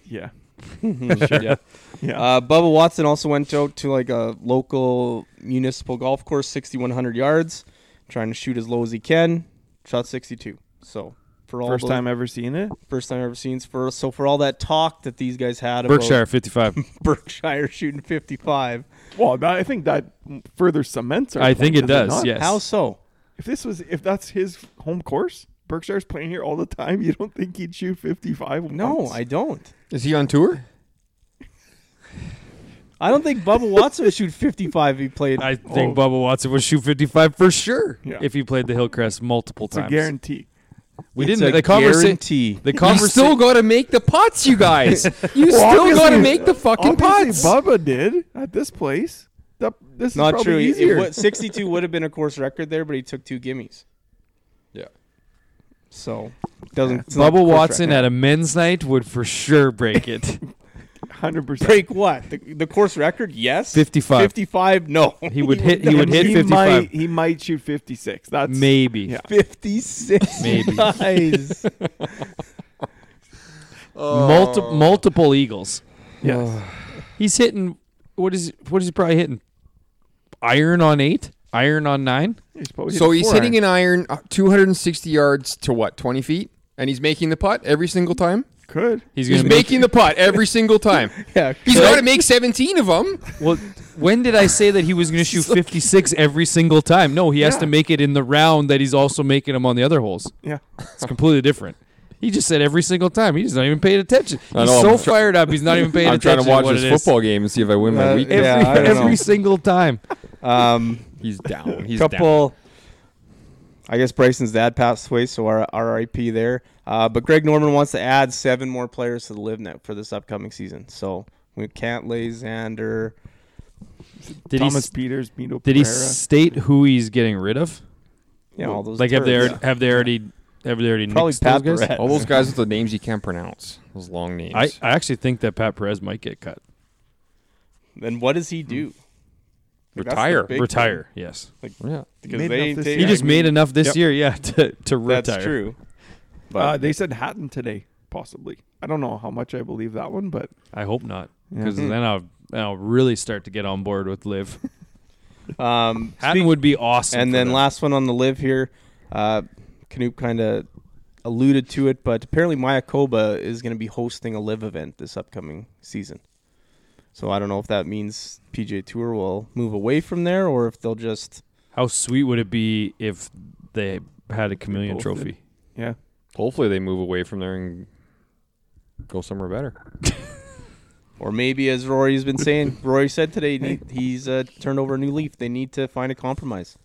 [SPEAKER 4] Yeah.
[SPEAKER 2] yeah.
[SPEAKER 4] Yeah.
[SPEAKER 2] Uh, Bubba Watson also went out to like a local municipal golf course, 6,100 yards, trying to shoot as low as he can. Shot 62. So for all
[SPEAKER 4] First
[SPEAKER 2] the-
[SPEAKER 4] time ever seen it.
[SPEAKER 2] first time I've ever seen. For so for all that talk that these guys had about
[SPEAKER 1] Berkshire 55.
[SPEAKER 2] Berkshire shooting 55.
[SPEAKER 4] Well, that, I think that further cements. Our
[SPEAKER 1] I
[SPEAKER 4] point,
[SPEAKER 1] think it
[SPEAKER 4] it
[SPEAKER 1] does.
[SPEAKER 4] not?
[SPEAKER 1] yes.
[SPEAKER 2] How so?
[SPEAKER 4] If this was, if that's his home course, Berkshire's playing here all the time. You don't think he'd shoot fifty-five?
[SPEAKER 2] No,
[SPEAKER 4] once?
[SPEAKER 2] I don't.
[SPEAKER 3] Is he on tour?
[SPEAKER 2] I don't think Bubba Watson would shoot 55 if he played.
[SPEAKER 1] I think
[SPEAKER 4] Oh.
[SPEAKER 1] Bubba Watson would shoot 55 for sure
[SPEAKER 4] Yeah.
[SPEAKER 1] if he played the Hillcrest multiple
[SPEAKER 4] It's a
[SPEAKER 1] times.
[SPEAKER 4] guarantee.
[SPEAKER 1] We
[SPEAKER 2] It's
[SPEAKER 1] didn't.
[SPEAKER 2] a
[SPEAKER 1] The conversation.
[SPEAKER 2] guarantee.
[SPEAKER 1] The
[SPEAKER 3] You still
[SPEAKER 1] conversation.
[SPEAKER 3] got to make the putts, you guys. You
[SPEAKER 4] Well,
[SPEAKER 3] still got to
[SPEAKER 4] obviously-
[SPEAKER 3] make the fucking putts.
[SPEAKER 4] Obviously, Bubba did at this place. That, this is
[SPEAKER 2] Not
[SPEAKER 4] probably
[SPEAKER 2] true. It-
[SPEAKER 4] Easier.
[SPEAKER 2] It, wa- 62 would have been a course record there, but he took two gimmies.
[SPEAKER 3] Yeah.
[SPEAKER 2] So doesn't it's not a
[SPEAKER 1] Bubba
[SPEAKER 2] course
[SPEAKER 1] Watson
[SPEAKER 2] record.
[SPEAKER 1] at a men's night would for sure break it.
[SPEAKER 4] Hundred percent.
[SPEAKER 2] break what the, the course record? Yes,
[SPEAKER 1] 55.
[SPEAKER 2] 55. No,
[SPEAKER 1] He would hit- he would
[SPEAKER 2] not.
[SPEAKER 1] hit
[SPEAKER 4] he
[SPEAKER 1] 55.
[SPEAKER 4] Might, he might shoot fifty-six. That's
[SPEAKER 1] Maybe.
[SPEAKER 4] Yeah.
[SPEAKER 2] 56.
[SPEAKER 1] Maybe.
[SPEAKER 2] guys.
[SPEAKER 3] Oh.
[SPEAKER 1] Multi- multiple eagles.
[SPEAKER 4] Yes.
[SPEAKER 1] He's hitting. What is? What is he probably hitting? Iron on eight. Iron on nine.
[SPEAKER 4] He's probably
[SPEAKER 3] So
[SPEAKER 4] hit
[SPEAKER 3] he's
[SPEAKER 4] four
[SPEAKER 3] hitting
[SPEAKER 4] iron.
[SPEAKER 3] an iron uh, 260 yards to what, 20 feet? And he's making the putt every single time?
[SPEAKER 4] Could
[SPEAKER 1] He's
[SPEAKER 3] He's
[SPEAKER 1] gonna make.
[SPEAKER 3] making the putt every single time.
[SPEAKER 2] Yeah,
[SPEAKER 3] He's
[SPEAKER 2] could-
[SPEAKER 3] got to make 17 of them.
[SPEAKER 1] Well, when did I say that he was gonna shoot fifty six every single time? No, he has
[SPEAKER 4] Yeah.
[SPEAKER 1] to make it in the round that he's also making them on the other holes.
[SPEAKER 4] yeah.
[SPEAKER 1] It's completely different. He just said every single time. He's not even paying attention. He's
[SPEAKER 3] I know,
[SPEAKER 1] so
[SPEAKER 3] I'm try-
[SPEAKER 1] fired up. He's not even paying
[SPEAKER 3] I'm trying
[SPEAKER 1] attention.
[SPEAKER 3] to watch
[SPEAKER 1] what
[SPEAKER 3] his
[SPEAKER 1] it is.
[SPEAKER 3] football game and see if I win my
[SPEAKER 2] Uh,
[SPEAKER 3] week.
[SPEAKER 2] yeah.
[SPEAKER 1] Every,
[SPEAKER 2] I don't know.
[SPEAKER 1] every single time.
[SPEAKER 2] um,
[SPEAKER 3] He's down. He's down.
[SPEAKER 2] couple. I guess Bryson's dad passed away, so our RIP there. Uh, but Greg Norman wants to add seven more players to the LiveNet for this upcoming season. So we can't lay Xander.
[SPEAKER 1] Did he?
[SPEAKER 4] Thomas
[SPEAKER 1] s-
[SPEAKER 4] Peters, Mito
[SPEAKER 1] Did he
[SPEAKER 4] Pereira.
[SPEAKER 1] state who he's getting rid of?
[SPEAKER 2] You know, all those
[SPEAKER 1] Like have they
[SPEAKER 2] turds.
[SPEAKER 1] already, have they already have they already
[SPEAKER 2] Probably
[SPEAKER 1] nixed those
[SPEAKER 2] Pat
[SPEAKER 1] guys?
[SPEAKER 2] Barrett.
[SPEAKER 3] All those guys with the names you can't pronounce. Those long names.
[SPEAKER 1] I, I actually think that Pat Perez might get cut.
[SPEAKER 2] Then what does he do? Like, that's the
[SPEAKER 3] Retire.
[SPEAKER 2] big
[SPEAKER 1] retire. Yes.
[SPEAKER 3] yeah.
[SPEAKER 2] thing, Because they
[SPEAKER 4] Made enough
[SPEAKER 2] ain't
[SPEAKER 4] this Uh,
[SPEAKER 2] taking-
[SPEAKER 1] He
[SPEAKER 4] Yeah,
[SPEAKER 1] just
[SPEAKER 4] I
[SPEAKER 1] made enough this
[SPEAKER 4] yep.
[SPEAKER 1] year, yeah, to, to retire.
[SPEAKER 2] That's true. But
[SPEAKER 4] Uh, they said Hatton today, possibly. I don't know how much I believe that one, but
[SPEAKER 1] I hope not,
[SPEAKER 4] Yeah.
[SPEAKER 1] because
[SPEAKER 2] Mhm.
[SPEAKER 1] then I'll then I'll really start to get on board with Liv.
[SPEAKER 2] um,
[SPEAKER 1] Hatton would be awesome.
[SPEAKER 2] And
[SPEAKER 1] for
[SPEAKER 2] then
[SPEAKER 1] them.
[SPEAKER 2] last one on the live here, uh, Canoop kind of alluded to it, but apparently Mayakoba is going to be hosting a live event this upcoming season. So I don't know if that means PJ Tour will move away from there or if they'll just
[SPEAKER 1] how sweet would it be if they had a chameleon
[SPEAKER 4] both
[SPEAKER 1] trophy?
[SPEAKER 4] yeah.
[SPEAKER 3] Hopefully they move away from there and go somewhere better.
[SPEAKER 2] or maybe as Rory's been saying, Rory said today he- he's uh, turned over a new leaf. They need to find a compromise.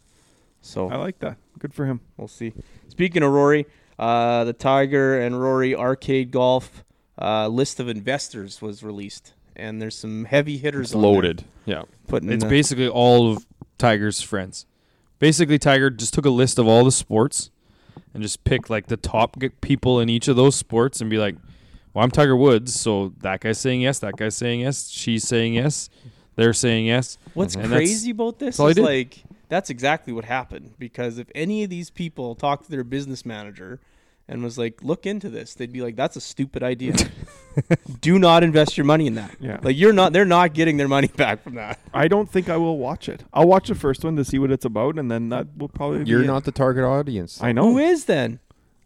[SPEAKER 2] So
[SPEAKER 4] I like that. Good for him.
[SPEAKER 2] We'll see. Speaking of Rory, uh, the Tiger and Rory Arcade Golf uh, list of investors was released, and there's some heavy hitters
[SPEAKER 3] It's
[SPEAKER 2] on there
[SPEAKER 3] loaded. Yeah.
[SPEAKER 2] Putting
[SPEAKER 1] It's
[SPEAKER 2] uh,
[SPEAKER 1] basically all of Tiger's friends. Basically, Tiger just took a list of all the sports and just picked like the top g- people in each of those sports and be like, "Well, I'm Tiger Woods, so that guy's saying yes, that guy's saying yes, she's saying yes, they're saying yes."
[SPEAKER 2] What's
[SPEAKER 1] And that's-
[SPEAKER 2] crazy about this
[SPEAKER 1] all I
[SPEAKER 2] is
[SPEAKER 1] did.
[SPEAKER 2] like that's exactly what happened because if any of these people talked to their business manager and was like, "Look into this," they'd be like, "That's a stupid idea. Do not invest your money in that.
[SPEAKER 4] Yeah.
[SPEAKER 2] Like you're not. They're not getting their money back from that."
[SPEAKER 4] I don't think I will watch it. I'll watch the first one to see what it's about, and then that will probably. be
[SPEAKER 3] You're
[SPEAKER 4] it.
[SPEAKER 3] not the target audience.
[SPEAKER 4] I
[SPEAKER 2] Who
[SPEAKER 4] know.
[SPEAKER 2] is then?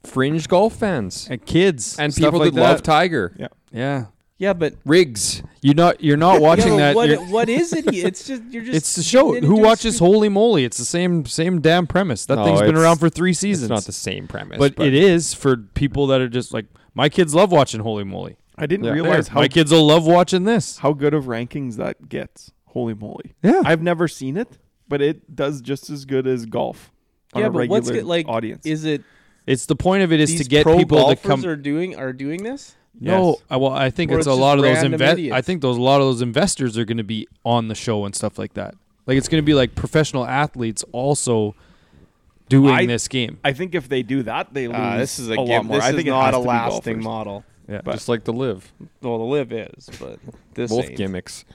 [SPEAKER 3] Fringe golf fans.
[SPEAKER 1] And kids
[SPEAKER 3] And
[SPEAKER 1] stuff
[SPEAKER 3] people
[SPEAKER 1] like
[SPEAKER 3] that love
[SPEAKER 1] that.
[SPEAKER 3] Tiger.
[SPEAKER 4] Yeah.
[SPEAKER 1] Yeah,
[SPEAKER 2] Yeah, but
[SPEAKER 3] Riggs.
[SPEAKER 1] you're not you're not watching
[SPEAKER 2] Yeah, but
[SPEAKER 1] that.
[SPEAKER 2] What,
[SPEAKER 1] you're-
[SPEAKER 2] what is it? He- It's just you're just.
[SPEAKER 1] it's the show.
[SPEAKER 2] getting
[SPEAKER 1] Who
[SPEAKER 2] into a
[SPEAKER 1] watches
[SPEAKER 2] stupid-
[SPEAKER 1] Holy Moly? It's the same same damn premise. That
[SPEAKER 3] No,
[SPEAKER 1] thing's been
[SPEAKER 3] it's-
[SPEAKER 1] around for three seasons.
[SPEAKER 3] It's not the same premise.
[SPEAKER 1] but, it is for people that are just like my kids love watching Holy Moly.
[SPEAKER 4] I didn't
[SPEAKER 3] Yeah.
[SPEAKER 4] realize
[SPEAKER 1] There,
[SPEAKER 4] how
[SPEAKER 1] my kids will love watching this.
[SPEAKER 4] how good of rankings that gets. Holy moly!
[SPEAKER 1] Yeah.
[SPEAKER 4] I've never seen it, but it does just as good as golf. on
[SPEAKER 2] Yeah,
[SPEAKER 4] a
[SPEAKER 2] but
[SPEAKER 4] regular
[SPEAKER 2] what's good, like
[SPEAKER 4] audience?
[SPEAKER 2] Is it
[SPEAKER 1] It's the point of it is
[SPEAKER 2] these
[SPEAKER 1] to get
[SPEAKER 2] pro
[SPEAKER 1] people to
[SPEAKER 2] golfers
[SPEAKER 1] come.
[SPEAKER 2] are doing are doing this?
[SPEAKER 1] No,
[SPEAKER 4] Yes.
[SPEAKER 1] I, well, I think
[SPEAKER 2] Or
[SPEAKER 1] it's,
[SPEAKER 2] it's
[SPEAKER 1] a
[SPEAKER 2] just
[SPEAKER 1] lot of those.
[SPEAKER 2] random
[SPEAKER 1] Inve-
[SPEAKER 2] idiots.
[SPEAKER 1] I think those a lot of those investors are going to be on the show and stuff like that. Like it's going to be like professional athletes also doing
[SPEAKER 4] I-
[SPEAKER 1] this game.
[SPEAKER 4] I think if they do that, they lose.
[SPEAKER 2] Ah, this is a,
[SPEAKER 4] lot
[SPEAKER 2] game.
[SPEAKER 4] more.
[SPEAKER 2] This
[SPEAKER 4] I
[SPEAKER 2] is
[SPEAKER 4] think it has
[SPEAKER 2] not a
[SPEAKER 4] to be
[SPEAKER 2] lasting
[SPEAKER 4] golfers.
[SPEAKER 2] model.
[SPEAKER 1] But
[SPEAKER 3] just like the live.
[SPEAKER 2] Well, the live is, but this
[SPEAKER 3] Both
[SPEAKER 2] ain't.
[SPEAKER 3] gimmicks.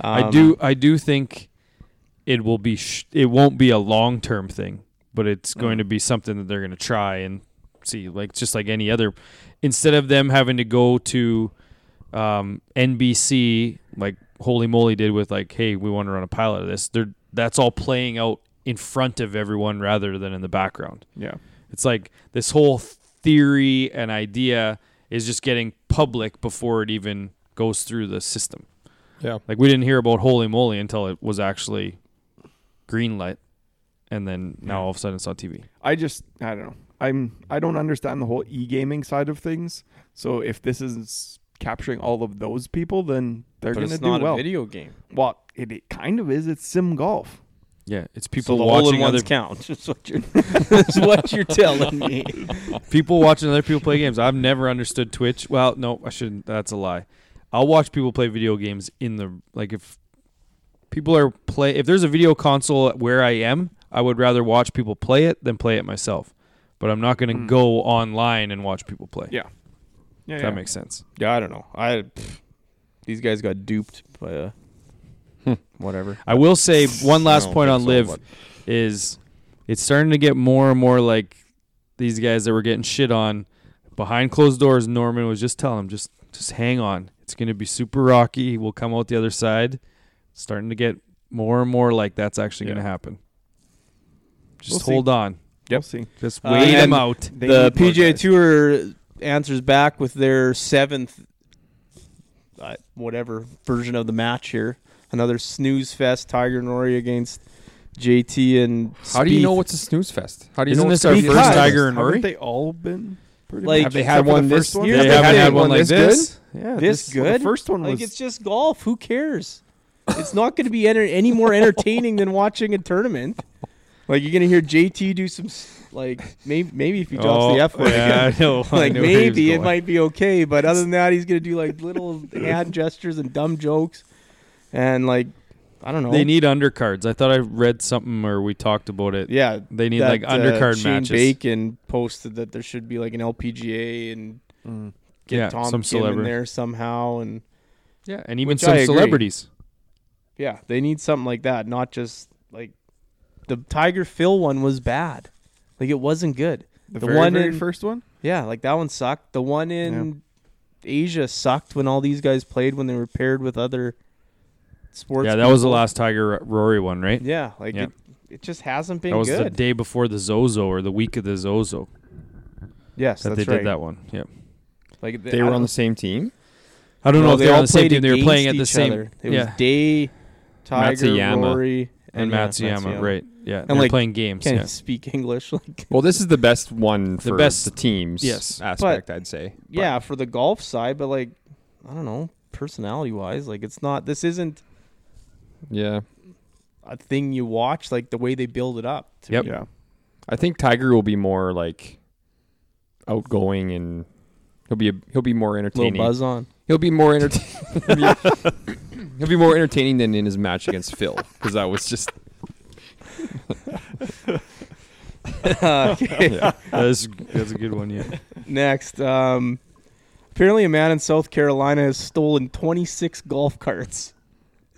[SPEAKER 1] I
[SPEAKER 2] Um,
[SPEAKER 1] do, I do think it will be. Sh- it won't be a long term thing, but it's going to be something that they're going to try and see. Like just like any other, instead of them having to go to um, NBC like Holy Moly did with like, hey, we want to run a pilot of this. They're that's all playing out in front of everyone rather than in the background.
[SPEAKER 4] Yeah.
[SPEAKER 1] It's like this whole th- theory, an idea is just getting public before it even goes through the system.
[SPEAKER 3] Yeah.
[SPEAKER 1] Like we didn't hear about Holy Moly until it was actually greenlit, and then now all of a sudden it's on TV.
[SPEAKER 4] I just I don't know. I'm I don't understand the whole e-gaming side of things. So if this is capturing all of those people, then they're
[SPEAKER 2] but
[SPEAKER 4] going to
[SPEAKER 2] it's
[SPEAKER 4] do
[SPEAKER 2] not a
[SPEAKER 4] well.
[SPEAKER 2] video game.
[SPEAKER 4] Well, it, it kind of is. It's sim golf.
[SPEAKER 1] Yeah, it's
[SPEAKER 2] So
[SPEAKER 1] people
[SPEAKER 2] the all in
[SPEAKER 1] watching other
[SPEAKER 2] ones count. That's what you're, that's what you're telling me.
[SPEAKER 1] people watching other people play games. I've never understood Twitch. Well, no, I shouldn't. That's a lie. I'll watch people play video games in the like if people are play if there's a video console where I am, I would rather watch people play it than play it myself. But I'm not going to
[SPEAKER 3] Hmm.
[SPEAKER 4] Mm.
[SPEAKER 1] go online and watch people play.
[SPEAKER 4] Yeah, Yeah,
[SPEAKER 1] If
[SPEAKER 4] yeah.
[SPEAKER 1] that makes sense.
[SPEAKER 2] Yeah, I don't know. I pff, these guys got duped by a whatever.
[SPEAKER 1] I will say one
[SPEAKER 3] I
[SPEAKER 1] last
[SPEAKER 3] don't
[SPEAKER 1] point
[SPEAKER 3] think
[SPEAKER 1] on
[SPEAKER 3] so,
[SPEAKER 1] live
[SPEAKER 3] but-
[SPEAKER 1] is it's starting to get more and more like these guys that were getting shit on behind closed doors. Norman was just telling them, just just hang on. It's going to be super rocky. We'll come out the other side. starting to get more and more like that's actually going to happen. Just
[SPEAKER 4] We'll see.
[SPEAKER 1] hold on.
[SPEAKER 4] We'll see.
[SPEAKER 1] Just
[SPEAKER 2] Uh,
[SPEAKER 1] wait them
[SPEAKER 2] and-
[SPEAKER 1] out.
[SPEAKER 4] They
[SPEAKER 2] the
[SPEAKER 4] need more
[SPEAKER 2] PGA
[SPEAKER 4] guys.
[SPEAKER 2] Tour answers back with their seventh, uh, whatever version of the match here. Another snooze fest. Tiger Nori against JT and
[SPEAKER 3] How do you
[SPEAKER 2] Spieth.
[SPEAKER 3] know what's a snooze fest? How do you
[SPEAKER 1] Isn't
[SPEAKER 3] know
[SPEAKER 1] this
[SPEAKER 3] it's
[SPEAKER 1] our
[SPEAKER 3] gonna be a
[SPEAKER 1] first
[SPEAKER 3] snooze
[SPEAKER 1] Tiger
[SPEAKER 3] fest?
[SPEAKER 1] and Rory?
[SPEAKER 4] Haven't they all been pretty
[SPEAKER 2] Like-
[SPEAKER 4] much-
[SPEAKER 3] Have they had
[SPEAKER 4] except for
[SPEAKER 3] one
[SPEAKER 4] the
[SPEAKER 3] this
[SPEAKER 4] first one?
[SPEAKER 3] year?
[SPEAKER 1] They
[SPEAKER 3] Yeah,
[SPEAKER 1] haven't
[SPEAKER 3] they
[SPEAKER 1] had
[SPEAKER 3] had
[SPEAKER 1] one like
[SPEAKER 3] one this
[SPEAKER 1] this.
[SPEAKER 4] Yeah,
[SPEAKER 2] This
[SPEAKER 4] well,
[SPEAKER 2] good?
[SPEAKER 4] The first one
[SPEAKER 2] Like
[SPEAKER 4] was
[SPEAKER 2] it's just golf. Who cares? It's not going to be enter- any more entertaining than watching a tournament. Like you're going to hear JT do some s- like maybe maybe if he drops
[SPEAKER 3] Oh,
[SPEAKER 2] the F word
[SPEAKER 1] Oh,
[SPEAKER 2] again.
[SPEAKER 1] yeah, I know. I
[SPEAKER 2] like
[SPEAKER 1] know where he was
[SPEAKER 2] maybe it
[SPEAKER 1] going.
[SPEAKER 2] might be okay, but other than that, he's gonna do like little hand gestures and dumb jokes, and like I don't know.
[SPEAKER 1] They need undercards. I thought I read something or we talked about it.
[SPEAKER 2] yeah,
[SPEAKER 1] They need
[SPEAKER 2] that,
[SPEAKER 1] like
[SPEAKER 2] uh,
[SPEAKER 1] undercard
[SPEAKER 2] Shane
[SPEAKER 1] matches.
[SPEAKER 2] Bacon posted that there should be like an LPGA and
[SPEAKER 4] Mm.
[SPEAKER 2] get
[SPEAKER 1] Yeah,
[SPEAKER 2] Tom
[SPEAKER 1] some
[SPEAKER 2] Kim in
[SPEAKER 1] celebrity.
[SPEAKER 2] there somehow, and
[SPEAKER 1] Yeah, and even
[SPEAKER 2] Which
[SPEAKER 1] some
[SPEAKER 2] I agree.
[SPEAKER 1] celebrities.
[SPEAKER 2] yeah, they need something like that, not just like the Tiger Phil one was bad, like it wasn't good.
[SPEAKER 4] the,
[SPEAKER 2] the
[SPEAKER 4] very,
[SPEAKER 2] one
[SPEAKER 4] very
[SPEAKER 2] in-
[SPEAKER 4] first one.
[SPEAKER 2] Yeah, like that one sucked. The one in Asia sucked when all these guys played when they were paired with other sports.
[SPEAKER 1] Yeah, that was the
[SPEAKER 2] people.
[SPEAKER 1] last Tiger Rory one, right?
[SPEAKER 2] Yeah, like
[SPEAKER 1] Yeah.
[SPEAKER 2] It, it just hasn't been
[SPEAKER 1] That was the
[SPEAKER 2] good.
[SPEAKER 1] day before the Zozo or the week of the Zozo
[SPEAKER 2] yes,
[SPEAKER 1] that
[SPEAKER 2] that's
[SPEAKER 1] they
[SPEAKER 2] right.
[SPEAKER 1] did that one. Yeah.
[SPEAKER 2] Like
[SPEAKER 3] They were on the same team.
[SPEAKER 1] I don't
[SPEAKER 2] no,
[SPEAKER 1] know if
[SPEAKER 2] they
[SPEAKER 1] they were
[SPEAKER 2] all
[SPEAKER 1] on the same
[SPEAKER 2] played
[SPEAKER 1] team. They were playing at the
[SPEAKER 2] against each
[SPEAKER 1] same
[SPEAKER 2] other. It
[SPEAKER 1] yeah.
[SPEAKER 2] was Day, Tiger,
[SPEAKER 3] Matsuyama
[SPEAKER 2] Rory,
[SPEAKER 1] and
[SPEAKER 2] yeah,
[SPEAKER 1] Matsuyama, right? Yeah, and
[SPEAKER 2] And,
[SPEAKER 1] they're
[SPEAKER 2] like,
[SPEAKER 1] playing games.
[SPEAKER 2] Can't
[SPEAKER 1] yeah.
[SPEAKER 2] even speak English. Like,
[SPEAKER 3] Well, this is the best one for the,
[SPEAKER 1] best-
[SPEAKER 3] teams
[SPEAKER 1] yes.
[SPEAKER 3] aspect, I'd say. But
[SPEAKER 2] yeah, for the golf side, but like, I don't know, personality wise, like it's not. This isn't
[SPEAKER 3] Yeah.
[SPEAKER 2] a thing you watch. Like the way they build it up. to
[SPEAKER 1] Yep.
[SPEAKER 2] me.
[SPEAKER 4] Yeah,
[SPEAKER 3] I think Tiger will be more like outgoing and he'll be a, he'll be more
[SPEAKER 2] little
[SPEAKER 3] entertaining.
[SPEAKER 2] buzz on.
[SPEAKER 3] He'll be more entertaining. he'll be more entertaining than in his match against Phil because that was just
[SPEAKER 2] okay.
[SPEAKER 3] yeah.
[SPEAKER 1] that's that's a good one. Yeah,
[SPEAKER 2] Next, um, apparently a man in South Carolina has stolen 26 golf carts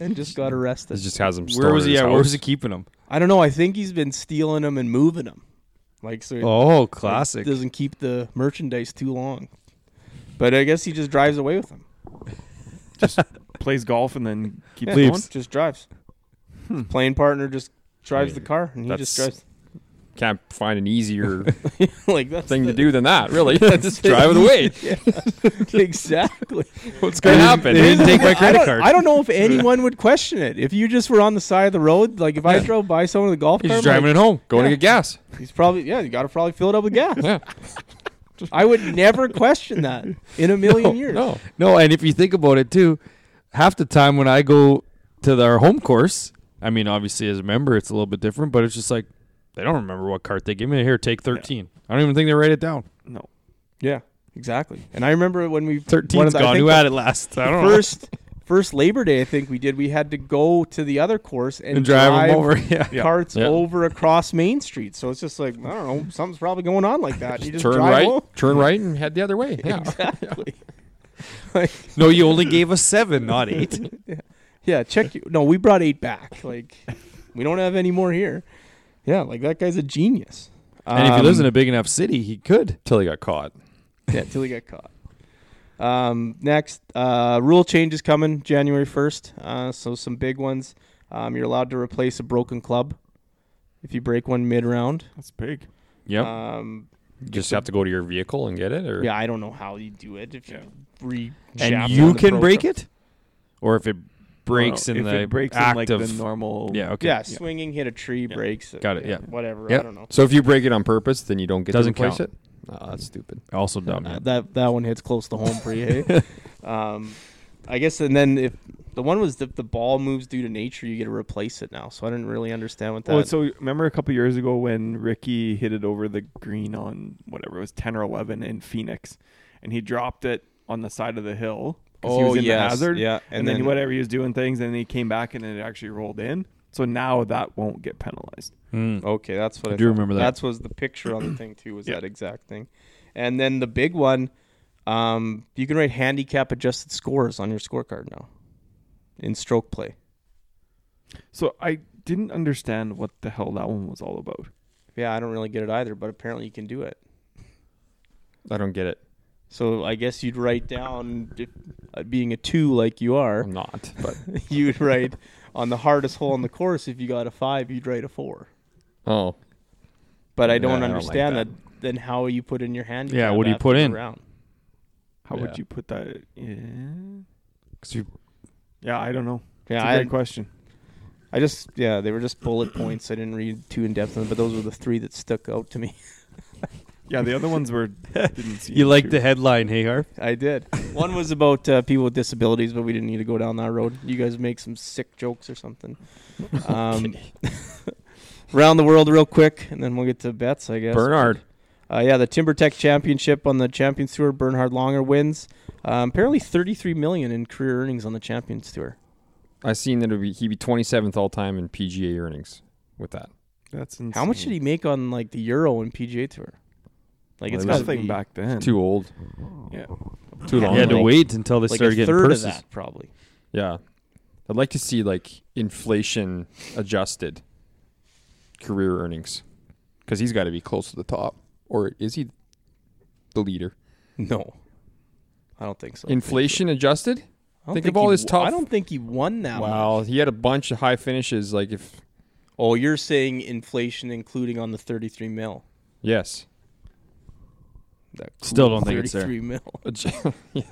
[SPEAKER 2] and just got
[SPEAKER 3] it
[SPEAKER 2] arrested.
[SPEAKER 3] just has him.
[SPEAKER 1] where
[SPEAKER 3] stored
[SPEAKER 1] was
[SPEAKER 3] at
[SPEAKER 1] he?
[SPEAKER 3] his
[SPEAKER 1] Yeah, where
[SPEAKER 3] house.
[SPEAKER 1] was he keeping them?
[SPEAKER 2] I don't know. I think he's been stealing them and moving them. Like so, it
[SPEAKER 1] Oh, classic.
[SPEAKER 2] doesn't keep the merchandise too long. But I guess he just drives away with them.
[SPEAKER 4] plays golf and then keeps
[SPEAKER 2] Yeah,
[SPEAKER 4] going.
[SPEAKER 1] Leaves. Hmm.
[SPEAKER 2] Just drives. His playing partner just drives
[SPEAKER 3] I
[SPEAKER 2] the
[SPEAKER 3] mean,
[SPEAKER 2] car, and he just
[SPEAKER 3] that's-
[SPEAKER 2] drives
[SPEAKER 3] Can't find an easier
[SPEAKER 2] like that's
[SPEAKER 3] thing
[SPEAKER 2] the-
[SPEAKER 3] to do than that. Really, just drive it away.
[SPEAKER 2] exactly.
[SPEAKER 3] What's gonna
[SPEAKER 1] They
[SPEAKER 3] happen?
[SPEAKER 1] didn't take my
[SPEAKER 2] I
[SPEAKER 1] credit
[SPEAKER 2] don't,
[SPEAKER 1] card.
[SPEAKER 2] I don't know if anyone would question it. If you just were on the side of the road, like if I drove by someone with a golf
[SPEAKER 1] He's
[SPEAKER 2] cart,
[SPEAKER 1] just
[SPEAKER 2] I'm like,
[SPEAKER 1] driving it home.
[SPEAKER 3] Going to get gas.
[SPEAKER 2] He's probably yeah. You got to probably fill it up with gas.
[SPEAKER 3] Yeah.
[SPEAKER 2] I would never question that in a million years.
[SPEAKER 3] No.
[SPEAKER 1] No, and if you think about it too, half the time when I go to the- our home course, I mean, obviously as a member, it's a little bit different, but it's just like they don't remember what cart they give me. Here, take thirteen. I don't even think they write it down.
[SPEAKER 4] No,
[SPEAKER 2] Yeah, exactly. And I remember when we one of
[SPEAKER 1] Thirteen's
[SPEAKER 2] the- I
[SPEAKER 1] gone.
[SPEAKER 2] think
[SPEAKER 1] Who
[SPEAKER 2] the
[SPEAKER 1] had it last? I don't know.
[SPEAKER 2] first first Labor Day? I think we did. We had to go to the other course and,
[SPEAKER 1] and drive, them over. Yeah.
[SPEAKER 4] Yeah.
[SPEAKER 2] carts
[SPEAKER 3] Yeah.
[SPEAKER 2] over across Main Street. So it's just like I don't know, something's probably going on like that. you just
[SPEAKER 3] turn
[SPEAKER 2] drive
[SPEAKER 3] right.
[SPEAKER 2] over.
[SPEAKER 3] Turn right and head the other way. Yeah.
[SPEAKER 2] Exactly. like,
[SPEAKER 1] No, you only gave us seven, not eight.
[SPEAKER 2] yeah, check. You. No, we brought eight back. Like we don't have any more here. Yeah, like that guy's a genius.
[SPEAKER 1] and if he lives in
[SPEAKER 2] Um,
[SPEAKER 1] a big enough city, he could.
[SPEAKER 3] Till he got caught.
[SPEAKER 2] Yeah, till he got caught. Um, next, uh, rule change is coming January 1st. Uh, so some big ones. Um, you're allowed to replace a broken club if you break one mid round.
[SPEAKER 4] that's big.
[SPEAKER 1] Yep.
[SPEAKER 2] Um,
[SPEAKER 3] You just have to go to your vehicle and get it, or
[SPEAKER 2] Yeah, I don't know how you do it if you re
[SPEAKER 1] and you can break it, or if it breaks
[SPEAKER 4] Well,
[SPEAKER 1] in
[SPEAKER 4] if
[SPEAKER 1] the
[SPEAKER 4] it breaks
[SPEAKER 1] act
[SPEAKER 4] in like
[SPEAKER 1] of
[SPEAKER 4] the normal.
[SPEAKER 1] yeah, okay,
[SPEAKER 2] Yeah, swinging hit a tree breaks.
[SPEAKER 1] Got it, yeah.
[SPEAKER 2] whatever.
[SPEAKER 1] Yeah.
[SPEAKER 2] I don't know.
[SPEAKER 3] So if you break it on purpose, then you don't get
[SPEAKER 1] Doesn't
[SPEAKER 3] to replace
[SPEAKER 1] count.
[SPEAKER 3] it. Oh, that's stupid.
[SPEAKER 1] also dumb.
[SPEAKER 2] Uh, that that one hits close to home for you. Hey? um, I guess, and then if the one was if the ball moves due to nature, you get to replace it now. So I didn't really understand what that.
[SPEAKER 4] Well, so remember a couple years ago when Ricky hit it over the green on whatever it was ten or eleven in Phoenix, and he dropped it on the side of the hill. 'cause he
[SPEAKER 2] Oh,
[SPEAKER 4] was in the
[SPEAKER 2] yes,
[SPEAKER 4] hazard,
[SPEAKER 2] yeah,
[SPEAKER 4] And,
[SPEAKER 2] and
[SPEAKER 4] then,
[SPEAKER 2] then-
[SPEAKER 4] whatever he was doing things, and then he came back and then it actually rolled in. So now that won't get penalized.
[SPEAKER 1] Mm.
[SPEAKER 2] okay, that's what
[SPEAKER 1] I
[SPEAKER 2] I,
[SPEAKER 1] do
[SPEAKER 2] thought.
[SPEAKER 1] remember that.
[SPEAKER 2] That's was the picture on the thing too. Was
[SPEAKER 4] Yeah.
[SPEAKER 2] that exact thing? And then the big one, um, you can write handicap adjusted scores on your scorecard now, in stroke play.
[SPEAKER 4] So I didn't understand what the hell that one was all about.
[SPEAKER 2] Yeah, I don't really get it either, but apparently you can do it.
[SPEAKER 3] I don't get it.
[SPEAKER 2] So I guess you'd write down if, uh, being a two like you are.
[SPEAKER 3] I'm not. But
[SPEAKER 2] you'd write on the hardest hole on the course if you got a five you'd write a four
[SPEAKER 3] oh,
[SPEAKER 2] but i
[SPEAKER 3] Yeah,
[SPEAKER 2] don't
[SPEAKER 3] I don't like
[SPEAKER 2] understand
[SPEAKER 3] that.
[SPEAKER 2] that. then how you put in your handicap
[SPEAKER 1] Yeah, what do you put in?
[SPEAKER 2] around
[SPEAKER 4] How
[SPEAKER 3] Yeah.
[SPEAKER 4] would you put that? in?
[SPEAKER 1] 'Cause you-
[SPEAKER 4] Yeah, I don't know.
[SPEAKER 2] yeah
[SPEAKER 4] it's a
[SPEAKER 2] I,
[SPEAKER 4] great question.
[SPEAKER 2] I just yeah they were just bullet points i didn't read too in depth on them but those were the three that stuck out to me
[SPEAKER 4] Yeah, the other ones were didn't see.
[SPEAKER 1] you like the headline, hey Harv?
[SPEAKER 2] i did one was about uh, people with disabilities but we didn't need to go down that road you guys make some sick jokes or something um, round the world real quick and then we'll get to bets i guess
[SPEAKER 3] Bernard.
[SPEAKER 2] Uh, yeah, the Timber Tech Championship on the Champions Tour. Bernhard Longer wins. Um, apparently, 33 million in career earnings on the Champions Tour.
[SPEAKER 3] I seen that it'd be, he'd be 27th all time in PGA earnings with that.
[SPEAKER 4] That's insane.
[SPEAKER 2] How much did he make on like the Euro and PGA Tour? Like
[SPEAKER 3] Well,
[SPEAKER 2] it's
[SPEAKER 3] he was
[SPEAKER 2] got
[SPEAKER 4] nothing back then?
[SPEAKER 3] Too old.
[SPEAKER 4] Yeah.
[SPEAKER 3] Too
[SPEAKER 2] Yeah,
[SPEAKER 3] long.
[SPEAKER 1] You had to
[SPEAKER 3] ago.
[SPEAKER 2] like-
[SPEAKER 1] wait until they
[SPEAKER 2] like
[SPEAKER 1] started
[SPEAKER 2] a
[SPEAKER 1] getting
[SPEAKER 2] third
[SPEAKER 1] purses.
[SPEAKER 2] of that probably.
[SPEAKER 3] Yeah. I'd like to see like inflation adjusted career earnings because he's got to be close to the top, or is he the leader?
[SPEAKER 2] No, I don't think so.
[SPEAKER 3] Inflation adjusted?
[SPEAKER 2] I don't
[SPEAKER 3] think of all
[SPEAKER 2] he
[SPEAKER 3] his
[SPEAKER 2] w-
[SPEAKER 3] top-
[SPEAKER 2] I don't think he won that. one.
[SPEAKER 3] Wow, he had a bunch of high finishes. Like if
[SPEAKER 2] Oh, you're saying inflation including on the 33 mil.
[SPEAKER 3] yes,
[SPEAKER 2] That
[SPEAKER 1] Still
[SPEAKER 2] cool
[SPEAKER 1] don't think it's there.
[SPEAKER 2] 33 mil.
[SPEAKER 3] yeah,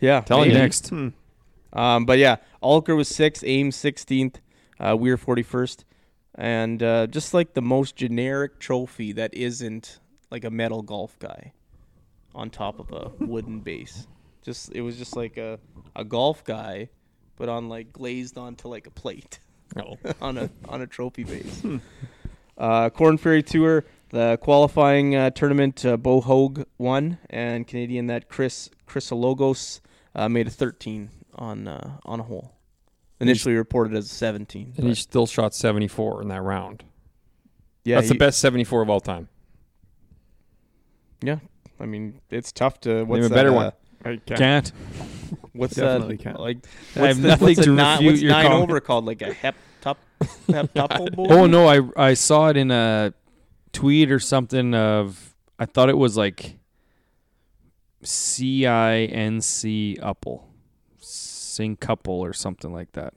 [SPEAKER 2] Yeah.
[SPEAKER 3] Telling
[SPEAKER 2] maybe.
[SPEAKER 3] you.
[SPEAKER 1] next.
[SPEAKER 4] Hmm.
[SPEAKER 2] Um, but yeah, Alker was sixth, Ames sixteenth, uh, Weir forty first, and uh, just like the most generic trophy that isn't like a metal golf guy on top of a wooden base. Just it was just like a a golf guy, but on like glazed onto like a plate
[SPEAKER 3] oh.
[SPEAKER 2] on a on a trophy base. uh, Corn Ferry Tour, the qualifying uh, tournament, uh, Bo Hogue won, and Canadian that Chris Chrisologos uh, made a 13 on uh, on a hole. Initially reported as a 17.
[SPEAKER 3] and he
[SPEAKER 2] but-
[SPEAKER 3] still shot 74 in that round.
[SPEAKER 2] yeah,
[SPEAKER 3] That's
[SPEAKER 2] he-
[SPEAKER 3] the best 74 of all time.
[SPEAKER 2] Yeah, I mean it's tough to what's
[SPEAKER 3] Name a
[SPEAKER 2] that,
[SPEAKER 3] better
[SPEAKER 2] uh,
[SPEAKER 3] one.
[SPEAKER 4] I can't.
[SPEAKER 1] Can't.
[SPEAKER 2] What's
[SPEAKER 4] Definitely
[SPEAKER 2] that,
[SPEAKER 4] can't.
[SPEAKER 2] like?
[SPEAKER 1] I
[SPEAKER 2] what's
[SPEAKER 1] have
[SPEAKER 2] the-
[SPEAKER 1] nothing
[SPEAKER 2] what's a
[SPEAKER 1] to
[SPEAKER 2] nine,
[SPEAKER 1] refute
[SPEAKER 2] what's
[SPEAKER 1] your
[SPEAKER 2] nine
[SPEAKER 1] comment.
[SPEAKER 2] over called like a heptop heptopal
[SPEAKER 1] Oh no, I I saw it in a tweet or something of I thought it was like C I N C upple. Syncuple or something like that.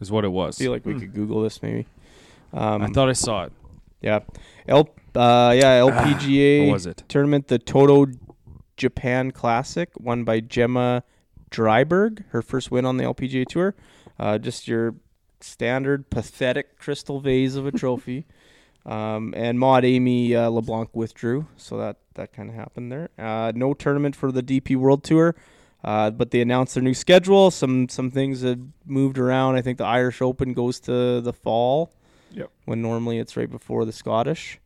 [SPEAKER 1] Is what it was.
[SPEAKER 2] I feel like we could Google this maybe. Um,
[SPEAKER 1] I thought I saw it.
[SPEAKER 2] Yeah. L uh yeah, LPGA
[SPEAKER 1] Ah, What was it?
[SPEAKER 2] tournament, the Toto Japan Classic, won by Gemma Dryberg, her first win on the LPGA tour. Uh, just your standard pathetic crystal vase of a trophy. Um, and Maud Amy uh, LeBlanc withdrew, so that that kind of happened there. Uh, no tournament for the DP World Tour, uh, but they announced their new schedule. Some some things have moved around. I think the Irish Open goes to the fall,
[SPEAKER 4] Yep.
[SPEAKER 2] when normally it's right before the Scottish.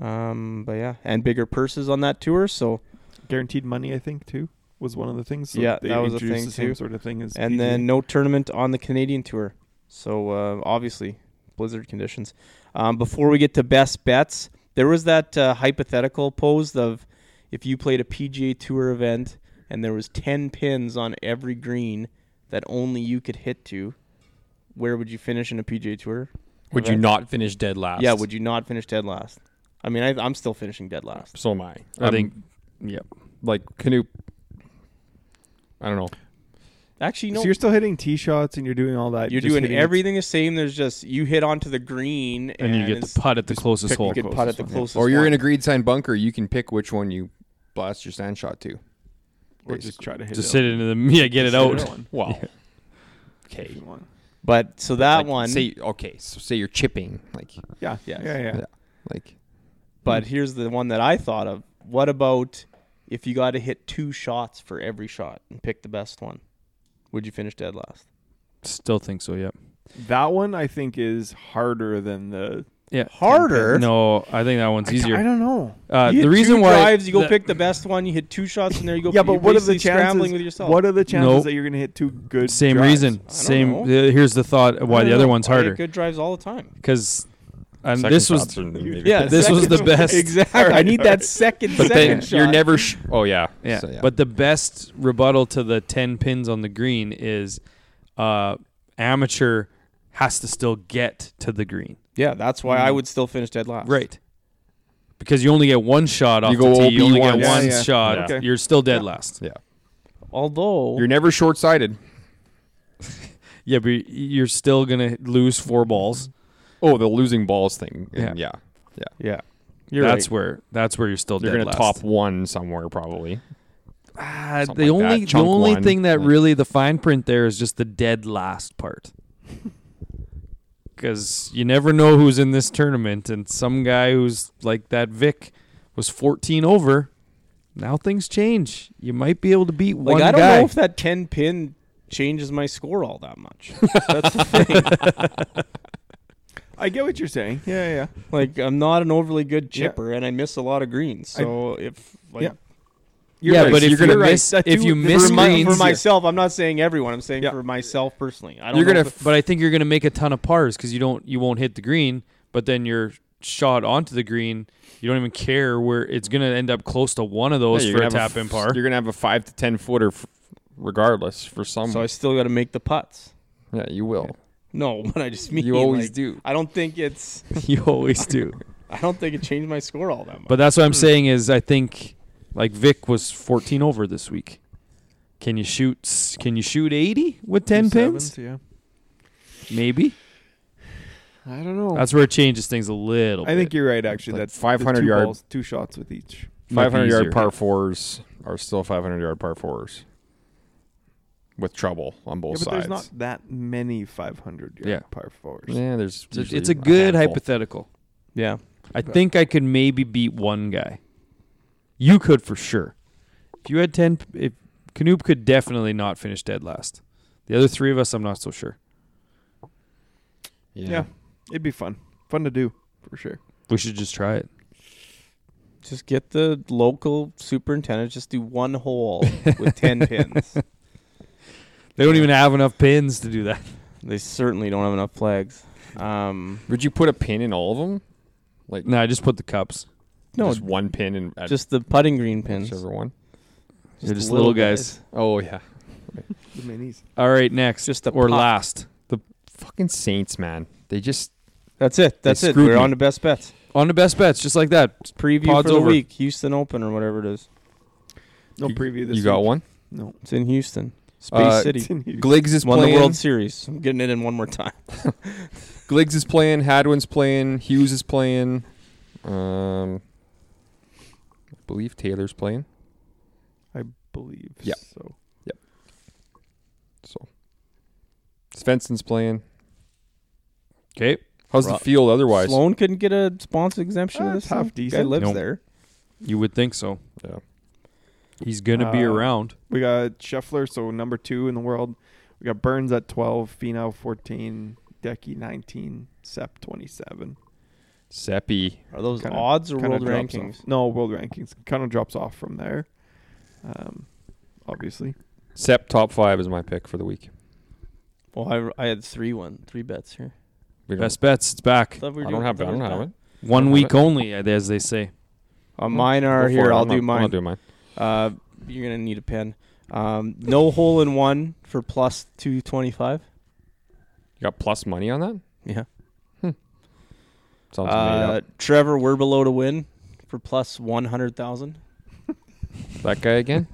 [SPEAKER 2] Um, but yeah, and bigger purses on that tour. So
[SPEAKER 4] guaranteed money, I think, too, was one of the things.
[SPEAKER 2] Yeah,
[SPEAKER 4] they
[SPEAKER 2] that was a
[SPEAKER 4] introduced
[SPEAKER 2] thing,
[SPEAKER 4] the same
[SPEAKER 2] too.
[SPEAKER 4] sort of thing as.
[SPEAKER 2] and
[SPEAKER 4] PGA.
[SPEAKER 2] then no tournament on the Canadian tour. So uh, obviously blizzard conditions. Um, before we get to best bets, there was that uh, hypothetical posed of if you played a PGA Tour event and there was ten pins on every green that only you could hit to, where would you finish in a PGA Tour?
[SPEAKER 3] Would you
[SPEAKER 2] Event?
[SPEAKER 3] not finish dead last?
[SPEAKER 2] Yeah, would you not finish dead last? I mean, I, I'm still finishing dead last.
[SPEAKER 3] So am I.
[SPEAKER 1] I
[SPEAKER 2] um,
[SPEAKER 3] I'm
[SPEAKER 1] think yeah.
[SPEAKER 3] like Canoop. I don't know.
[SPEAKER 2] Actually, no.
[SPEAKER 4] So you're still hitting tee shots and you're doing all that.
[SPEAKER 2] you're
[SPEAKER 4] just
[SPEAKER 2] doing
[SPEAKER 4] hitting it-
[SPEAKER 2] everything the same. There's just you hit onto the green
[SPEAKER 1] and
[SPEAKER 2] and,
[SPEAKER 1] you get
[SPEAKER 2] it's-
[SPEAKER 1] the putt at the
[SPEAKER 4] just
[SPEAKER 1] closest
[SPEAKER 4] pick the
[SPEAKER 1] hole.
[SPEAKER 2] you get
[SPEAKER 4] closest
[SPEAKER 2] putt at the
[SPEAKER 4] one, yeah.
[SPEAKER 2] closest.
[SPEAKER 3] or you're in
[SPEAKER 2] one.
[SPEAKER 3] a greed sign bunker. You can pick which one you blast your sand shot to.
[SPEAKER 4] Or just try to hit
[SPEAKER 1] Just
[SPEAKER 4] it.
[SPEAKER 1] sit into the yeah, get it out.
[SPEAKER 3] Wow.
[SPEAKER 4] Okay.
[SPEAKER 2] But so that
[SPEAKER 3] Like,
[SPEAKER 2] one.
[SPEAKER 3] Say okay, so say you're chipping, like
[SPEAKER 4] Yeah.
[SPEAKER 2] Yes.
[SPEAKER 4] Yeah. Yeah.
[SPEAKER 3] Yeah. like
[SPEAKER 2] But here's the one that I thought of. What about if you got to hit two shots for every shot and pick the best one? Would you finish dead last?
[SPEAKER 1] Still think so. Yep.
[SPEAKER 4] That one I think is harder than the.
[SPEAKER 1] Yeah.
[SPEAKER 2] Harder.
[SPEAKER 1] No, I think that one's
[SPEAKER 4] I, I
[SPEAKER 1] easier.
[SPEAKER 4] don't know.
[SPEAKER 1] Uh,
[SPEAKER 2] You hit
[SPEAKER 1] the reason
[SPEAKER 2] two
[SPEAKER 1] why
[SPEAKER 2] drives, you go
[SPEAKER 1] that-
[SPEAKER 2] pick the best one. You hit two shots in there. You go.
[SPEAKER 4] yeah,
[SPEAKER 2] you're
[SPEAKER 4] but what are the
[SPEAKER 2] basically
[SPEAKER 4] chances?
[SPEAKER 2] Scrambling with yourself.
[SPEAKER 4] What are the chances
[SPEAKER 1] Nope.
[SPEAKER 4] that you're going to hit two good?
[SPEAKER 1] same
[SPEAKER 4] drives?
[SPEAKER 1] reason. Same.
[SPEAKER 2] know.
[SPEAKER 1] uh, here's the thought of why
[SPEAKER 2] I
[SPEAKER 1] the
[SPEAKER 2] don't
[SPEAKER 1] other
[SPEAKER 2] know.
[SPEAKER 1] one's
[SPEAKER 2] I hit
[SPEAKER 1] harder
[SPEAKER 2] Good drives all the time.
[SPEAKER 1] because and
[SPEAKER 3] second
[SPEAKER 1] um, this was
[SPEAKER 3] shots are maybe-
[SPEAKER 2] Yeah,
[SPEAKER 1] This was
[SPEAKER 2] second-
[SPEAKER 1] the best.
[SPEAKER 2] Exactly. I need that second.
[SPEAKER 3] But
[SPEAKER 2] second
[SPEAKER 3] then
[SPEAKER 2] shot.
[SPEAKER 3] you're never. Sh- oh yeah.
[SPEAKER 1] yeah,
[SPEAKER 3] So, yeah.
[SPEAKER 1] But the best rebuttal to the ten pins on the green is uh, amateur has to still get to the green.
[SPEAKER 2] Yeah, that's why I would still finish dead last.
[SPEAKER 1] Right. Because you only get one shot off
[SPEAKER 3] You
[SPEAKER 1] the
[SPEAKER 3] go
[SPEAKER 1] tee. You only
[SPEAKER 3] OB
[SPEAKER 1] get
[SPEAKER 3] once.
[SPEAKER 1] one
[SPEAKER 4] Yeah, yeah.
[SPEAKER 1] shot.
[SPEAKER 4] Okay.
[SPEAKER 1] You're still dead last.
[SPEAKER 3] yeah,
[SPEAKER 2] Although
[SPEAKER 3] you're never short sighted.
[SPEAKER 1] Yeah, but you're still gonna lose four balls.
[SPEAKER 3] Oh, the losing balls thing. and yeah. yeah.
[SPEAKER 2] yeah,
[SPEAKER 1] that's where that's where you're still
[SPEAKER 3] They're
[SPEAKER 1] dead
[SPEAKER 3] gonna
[SPEAKER 1] last.
[SPEAKER 3] top one somewhere probably.
[SPEAKER 1] Ah,
[SPEAKER 3] Something
[SPEAKER 1] the
[SPEAKER 3] like that.
[SPEAKER 1] only the
[SPEAKER 3] Chunk
[SPEAKER 1] only
[SPEAKER 3] one,
[SPEAKER 1] thing that
[SPEAKER 3] like-
[SPEAKER 1] really the fine print there is just the dead last part. Because you never know who's in this tournament, and some guy who's like that Vic was 14 over. Now things change. You might be able to beat
[SPEAKER 2] like
[SPEAKER 1] one
[SPEAKER 2] I don't
[SPEAKER 1] guy.
[SPEAKER 2] know if that ten pin changes my score all that much. that's the thing.
[SPEAKER 4] I get what you're saying. Yeah. Yeah. yeah.
[SPEAKER 2] Like I'm not an overly good
[SPEAKER 4] Yeah.
[SPEAKER 2] chipper, and I miss a lot of greens. So if like
[SPEAKER 4] Yeah. You're
[SPEAKER 1] yeah,
[SPEAKER 4] right.
[SPEAKER 1] but
[SPEAKER 4] You're
[SPEAKER 1] if you
[SPEAKER 4] gonna- right.
[SPEAKER 1] miss
[SPEAKER 4] That
[SPEAKER 1] if
[SPEAKER 4] two-
[SPEAKER 1] you
[SPEAKER 4] for
[SPEAKER 1] miss
[SPEAKER 2] for, my,
[SPEAKER 1] greens,
[SPEAKER 2] for myself, I'm not saying everyone. I'm saying
[SPEAKER 4] Yeah.
[SPEAKER 2] for myself personally. I don't.
[SPEAKER 1] you're
[SPEAKER 2] know
[SPEAKER 1] gonna.
[SPEAKER 2] if it-
[SPEAKER 1] but I think you're gonna make a ton of pars because you don't you won't hit the green, but then you're shot onto the green. You don't even care where it's gonna end up close to one of those
[SPEAKER 3] Yeah, you're
[SPEAKER 1] for
[SPEAKER 3] gonna
[SPEAKER 1] a
[SPEAKER 3] have
[SPEAKER 1] tap
[SPEAKER 3] f-
[SPEAKER 1] in par.
[SPEAKER 3] You're gonna have a five to ten footer, f- regardless. For some,
[SPEAKER 2] so I still got to make the putts.
[SPEAKER 3] yeah, you will.
[SPEAKER 2] No, but I just mean
[SPEAKER 3] You always
[SPEAKER 2] like,
[SPEAKER 3] do.
[SPEAKER 2] I don't think it's.
[SPEAKER 1] you always do.
[SPEAKER 2] I don't think it changed my score all that much.
[SPEAKER 1] But that's what I'm saying is I think like Vic was 14 over this week. Can you shoot? s- Can you shoot 80 with 10 pins?
[SPEAKER 4] sevens, Yeah.
[SPEAKER 1] Maybe
[SPEAKER 4] I don't know.
[SPEAKER 1] that's where it changes things a little.
[SPEAKER 4] Oh. I think
[SPEAKER 1] bit.
[SPEAKER 4] you're right. Actually,
[SPEAKER 3] Like
[SPEAKER 4] that's the
[SPEAKER 3] 500
[SPEAKER 4] two
[SPEAKER 3] yard-
[SPEAKER 4] balls, two shots with each.
[SPEAKER 1] Might be
[SPEAKER 3] 500
[SPEAKER 1] easier.
[SPEAKER 3] yard par fours are still 500 yard par fours with trouble on both
[SPEAKER 4] yeah, but
[SPEAKER 3] sides.
[SPEAKER 4] there's not that many 500 yard
[SPEAKER 1] Yeah.
[SPEAKER 4] par fours.
[SPEAKER 3] yeah, there's
[SPEAKER 1] It's a- it's
[SPEAKER 3] usually
[SPEAKER 1] a good
[SPEAKER 3] handful.
[SPEAKER 1] hypothetical.
[SPEAKER 2] yeah,
[SPEAKER 1] I think I could maybe beat one guy. You could for sure. If you had 10, p- if Canoop could definitely not finish dead last. The other three of us, I'm not so sure.
[SPEAKER 3] Yeah.
[SPEAKER 4] Yeah. It'd be fun. Fun to do for sure.
[SPEAKER 1] We should just try it.
[SPEAKER 2] just get the local superintendent. Just do one hole with ten pins.
[SPEAKER 1] They don't even have enough pins to do that.
[SPEAKER 2] They certainly don't have enough flags. Um,
[SPEAKER 3] Would you put a pin in all of them? Like
[SPEAKER 1] No, I just put the cups.
[SPEAKER 2] no,
[SPEAKER 3] just one pin in at
[SPEAKER 2] just the putting green pins.
[SPEAKER 3] whichever one.
[SPEAKER 1] They're just little guys.
[SPEAKER 3] Oh yeah,
[SPEAKER 4] The minis.
[SPEAKER 1] All right, next.
[SPEAKER 2] Just the
[SPEAKER 1] or
[SPEAKER 2] pop.
[SPEAKER 1] last.
[SPEAKER 3] fucking Saints, man. They just
[SPEAKER 2] That's it. That's it.
[SPEAKER 3] screwed
[SPEAKER 2] We're
[SPEAKER 3] me.
[SPEAKER 2] on to best bets.
[SPEAKER 1] On the best bets, just like that.
[SPEAKER 2] Preview
[SPEAKER 1] Pod's
[SPEAKER 2] for the
[SPEAKER 1] over.
[SPEAKER 2] week, Houston Open or whatever it is.
[SPEAKER 4] No
[SPEAKER 3] You-
[SPEAKER 4] preview this
[SPEAKER 3] you got
[SPEAKER 4] week.
[SPEAKER 3] one.
[SPEAKER 4] No.
[SPEAKER 2] It's in Houston, Space
[SPEAKER 3] Uh,
[SPEAKER 2] City.
[SPEAKER 4] It's in Houston.
[SPEAKER 3] Gligs is
[SPEAKER 2] won
[SPEAKER 3] playing.
[SPEAKER 2] the World Series. I'm getting it in one more time.
[SPEAKER 3] Gligs is playing. Hadwin's playing. Hughes is playing. Um, I believe Taylor's playing.
[SPEAKER 4] I believe.
[SPEAKER 3] Yeah.
[SPEAKER 4] So
[SPEAKER 3] So Svensson's playing.
[SPEAKER 1] Okay.
[SPEAKER 3] How's
[SPEAKER 2] Ro-
[SPEAKER 3] the field otherwise?
[SPEAKER 2] Sloan couldn't get a sponsor exemption.
[SPEAKER 4] Ah,
[SPEAKER 2] to this thing?
[SPEAKER 4] half
[SPEAKER 2] Guy
[SPEAKER 4] decent.
[SPEAKER 2] lives
[SPEAKER 1] Nope.
[SPEAKER 2] there.
[SPEAKER 1] You would think so.
[SPEAKER 3] Yeah.
[SPEAKER 1] He's going to be
[SPEAKER 4] Uh,
[SPEAKER 1] around.
[SPEAKER 4] we got Scheffler, so number two in the world. We got Burns at 12, Finau 14, Decky 19, Sep 27.
[SPEAKER 3] Seppi.
[SPEAKER 2] Are those
[SPEAKER 4] Kinda-
[SPEAKER 2] odds or
[SPEAKER 4] Kinda
[SPEAKER 2] world
[SPEAKER 4] drops
[SPEAKER 2] rankings?
[SPEAKER 4] Off. No, world rankings. Kind of drops off from there. Um, obviously.
[SPEAKER 3] Sep top five is my pick for the week.
[SPEAKER 2] Well, I, I had three one three bets here.
[SPEAKER 3] We don't-
[SPEAKER 1] Best bets, it's back.
[SPEAKER 2] Thought we were
[SPEAKER 3] I
[SPEAKER 2] doing-
[SPEAKER 3] don't have.
[SPEAKER 2] thought
[SPEAKER 3] I
[SPEAKER 2] we
[SPEAKER 3] don't
[SPEAKER 2] were
[SPEAKER 3] have
[SPEAKER 2] done.
[SPEAKER 3] it.
[SPEAKER 1] One
[SPEAKER 3] don't have
[SPEAKER 1] week
[SPEAKER 3] it.
[SPEAKER 1] only, as they say.
[SPEAKER 2] Uh, mine are
[SPEAKER 3] Go for
[SPEAKER 2] here.
[SPEAKER 3] it.
[SPEAKER 2] I'll
[SPEAKER 3] I'm not-
[SPEAKER 2] do
[SPEAKER 3] I'm not
[SPEAKER 2] mine.
[SPEAKER 3] doing mine.
[SPEAKER 2] Uh, you're gonna need a pen. Um, no hole in one for plus two twenty five.
[SPEAKER 3] You got plus money on that? Hmm.
[SPEAKER 2] Yeah.
[SPEAKER 3] Sounds made
[SPEAKER 2] Uh,
[SPEAKER 3] up.
[SPEAKER 2] Trevor Werbelow to win for plus one hundred thousand.
[SPEAKER 3] That guy again?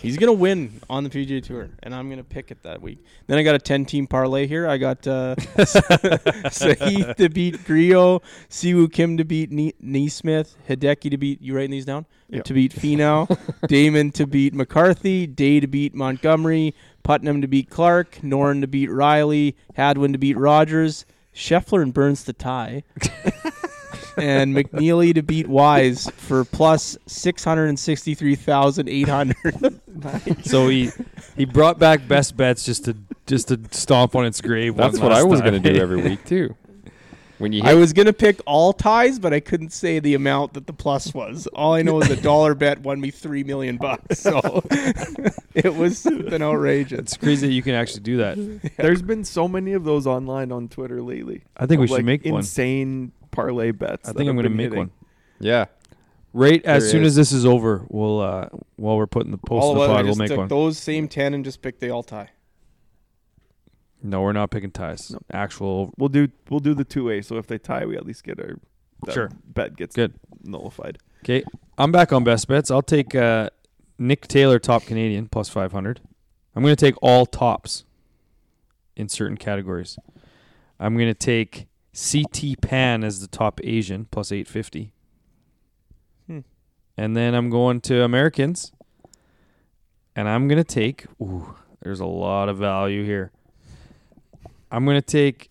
[SPEAKER 2] He's gonna win on the PGA Tour, and I'm gonna pick it that week. Then I got a 10 team parlay here. I got uh, Sahith to beat Griot, Siwoo Kim to beat Ne- Neesmith, Hideki to beat. You writing these down?
[SPEAKER 4] Yeah.
[SPEAKER 2] To beat Finau, Damon to beat McCarthy, Day to beat Montgomery, Putnam to beat Clark, Noren to beat Riley, Hadwin to beat Rogers, Scheffler and Burns to tie. and McNeely to beat Wise for plus six hundred and sixty-three thousand eight hundred.
[SPEAKER 1] So he he brought back best bets just to just to stomp on its grave.
[SPEAKER 3] That's
[SPEAKER 1] one
[SPEAKER 3] what I
[SPEAKER 1] last
[SPEAKER 3] was
[SPEAKER 1] time.
[SPEAKER 3] going to do every week, too. When you
[SPEAKER 2] I
[SPEAKER 3] hit,
[SPEAKER 2] was gonna pick all ties, but I couldn't say the amount that the plus was. All I know is a dollar bet won me three million bucks. So it was something outrageous.
[SPEAKER 1] It's crazy that you can actually do that.
[SPEAKER 4] There's been so many of those online on Twitter lately.
[SPEAKER 1] I think we
[SPEAKER 4] Of,
[SPEAKER 1] should
[SPEAKER 4] like,
[SPEAKER 1] make one.
[SPEAKER 4] insane parlay bets.
[SPEAKER 1] I
[SPEAKER 4] that
[SPEAKER 1] think I'm going
[SPEAKER 4] have
[SPEAKER 1] to
[SPEAKER 4] been
[SPEAKER 1] make
[SPEAKER 4] hitting.
[SPEAKER 1] one.
[SPEAKER 3] yeah,
[SPEAKER 1] Right as
[SPEAKER 3] There
[SPEAKER 1] soon
[SPEAKER 3] is.
[SPEAKER 1] as this is over, we'll uh while we're putting the post
[SPEAKER 2] All
[SPEAKER 1] in the
[SPEAKER 2] of us I
[SPEAKER 1] pod, we'll
[SPEAKER 2] just
[SPEAKER 1] make
[SPEAKER 2] took
[SPEAKER 1] one.
[SPEAKER 2] those same ten and just picked the all tie.
[SPEAKER 1] no, we're not picking ties.
[SPEAKER 4] No.
[SPEAKER 1] Actual
[SPEAKER 4] We'll do we'll do the two way. So if they tie, we at least get our that
[SPEAKER 1] Sure.
[SPEAKER 4] bet gets
[SPEAKER 1] Good.
[SPEAKER 4] nullified.
[SPEAKER 1] Okay, I'm back on best bets. I'll take uh, Nick Taylor top Canadian plus 500. I'm going to take all tops in certain categories. I'm going to take CT Pan as the top Asian plus 850.
[SPEAKER 2] Hmm.
[SPEAKER 1] And then I'm going to Americans. And I'm going to take ooh, there's a lot of value here. I'm going to take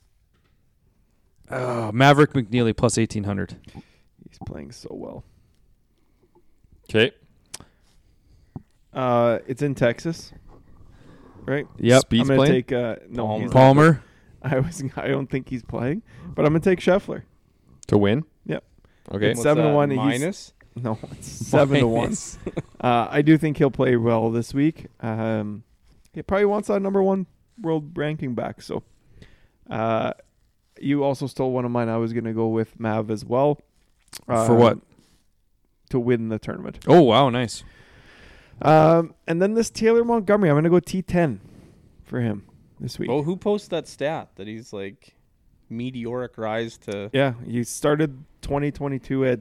[SPEAKER 1] uh, Maverick McNeely plus 1800.
[SPEAKER 4] He's playing so well.
[SPEAKER 3] okay.
[SPEAKER 4] Uh, it's in Texas, right?
[SPEAKER 1] Yep.
[SPEAKER 4] I'm
[SPEAKER 3] Speed's
[SPEAKER 4] gonna
[SPEAKER 3] playing.
[SPEAKER 4] take uh, no
[SPEAKER 2] Palmer.
[SPEAKER 4] he's not.
[SPEAKER 1] Palmer
[SPEAKER 4] I was I don't think he's playing, but I'm gonna take Scheffler.
[SPEAKER 3] to win.
[SPEAKER 4] Yep.
[SPEAKER 3] Okay.
[SPEAKER 4] It's
[SPEAKER 2] What's
[SPEAKER 4] seven to
[SPEAKER 2] that,
[SPEAKER 4] one, he's-
[SPEAKER 2] minus.
[SPEAKER 4] No, it's seven to one. Uh, I do think he'll play well this week. Um, he probably wants that number one world ranking back. So, uh, you also stole one of mine. I was gonna go with Mav as well. Uh, um,
[SPEAKER 1] For what?
[SPEAKER 4] To win the tournament.
[SPEAKER 1] Oh wow, nice.
[SPEAKER 4] Um, and then this Taylor Montgomery, I'm gonna go T10 for him this week.
[SPEAKER 2] Oh, who posted that stat that he's like meteoric rise to?
[SPEAKER 4] Yeah, you started 2022 at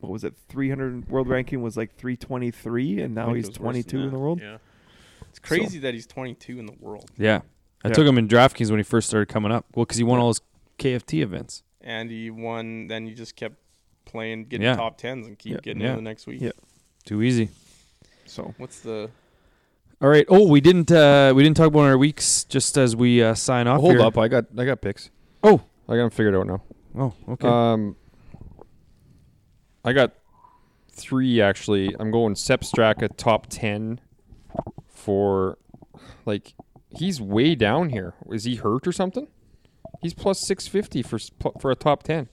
[SPEAKER 4] what was it? 300 world ranking was like 323, and now
[SPEAKER 2] I think
[SPEAKER 4] he's
[SPEAKER 2] it was worse than
[SPEAKER 4] 22 in
[SPEAKER 2] that.
[SPEAKER 4] the world.
[SPEAKER 2] Yeah, it's crazy that he's 22 in the world,
[SPEAKER 1] Yeah. I
[SPEAKER 4] Yeah.
[SPEAKER 1] took him in DraftKings when he first started coming up. Well, because he won all his KFT events.
[SPEAKER 2] and he won. Then you just kept playing, getting
[SPEAKER 1] Yeah.
[SPEAKER 2] top tens, and keep
[SPEAKER 4] Yeah.
[SPEAKER 2] getting
[SPEAKER 1] Yeah.
[SPEAKER 2] in the next week.
[SPEAKER 4] Yeah.
[SPEAKER 1] Too easy.
[SPEAKER 4] So
[SPEAKER 2] What's the
[SPEAKER 1] All right. Oh, we didn't uh we didn't talk about our weeks just as we uh, sign off.
[SPEAKER 3] Hold
[SPEAKER 1] here.
[SPEAKER 3] up, I got I got picks.
[SPEAKER 1] Oh.
[SPEAKER 3] I got them figured out now.
[SPEAKER 1] Oh, okay.
[SPEAKER 3] Um, I got three actually. I'm going Sepp Straka top ten for like he's way down here. Is he hurt or something? He's plus six fifty for s- pl- for a top ten.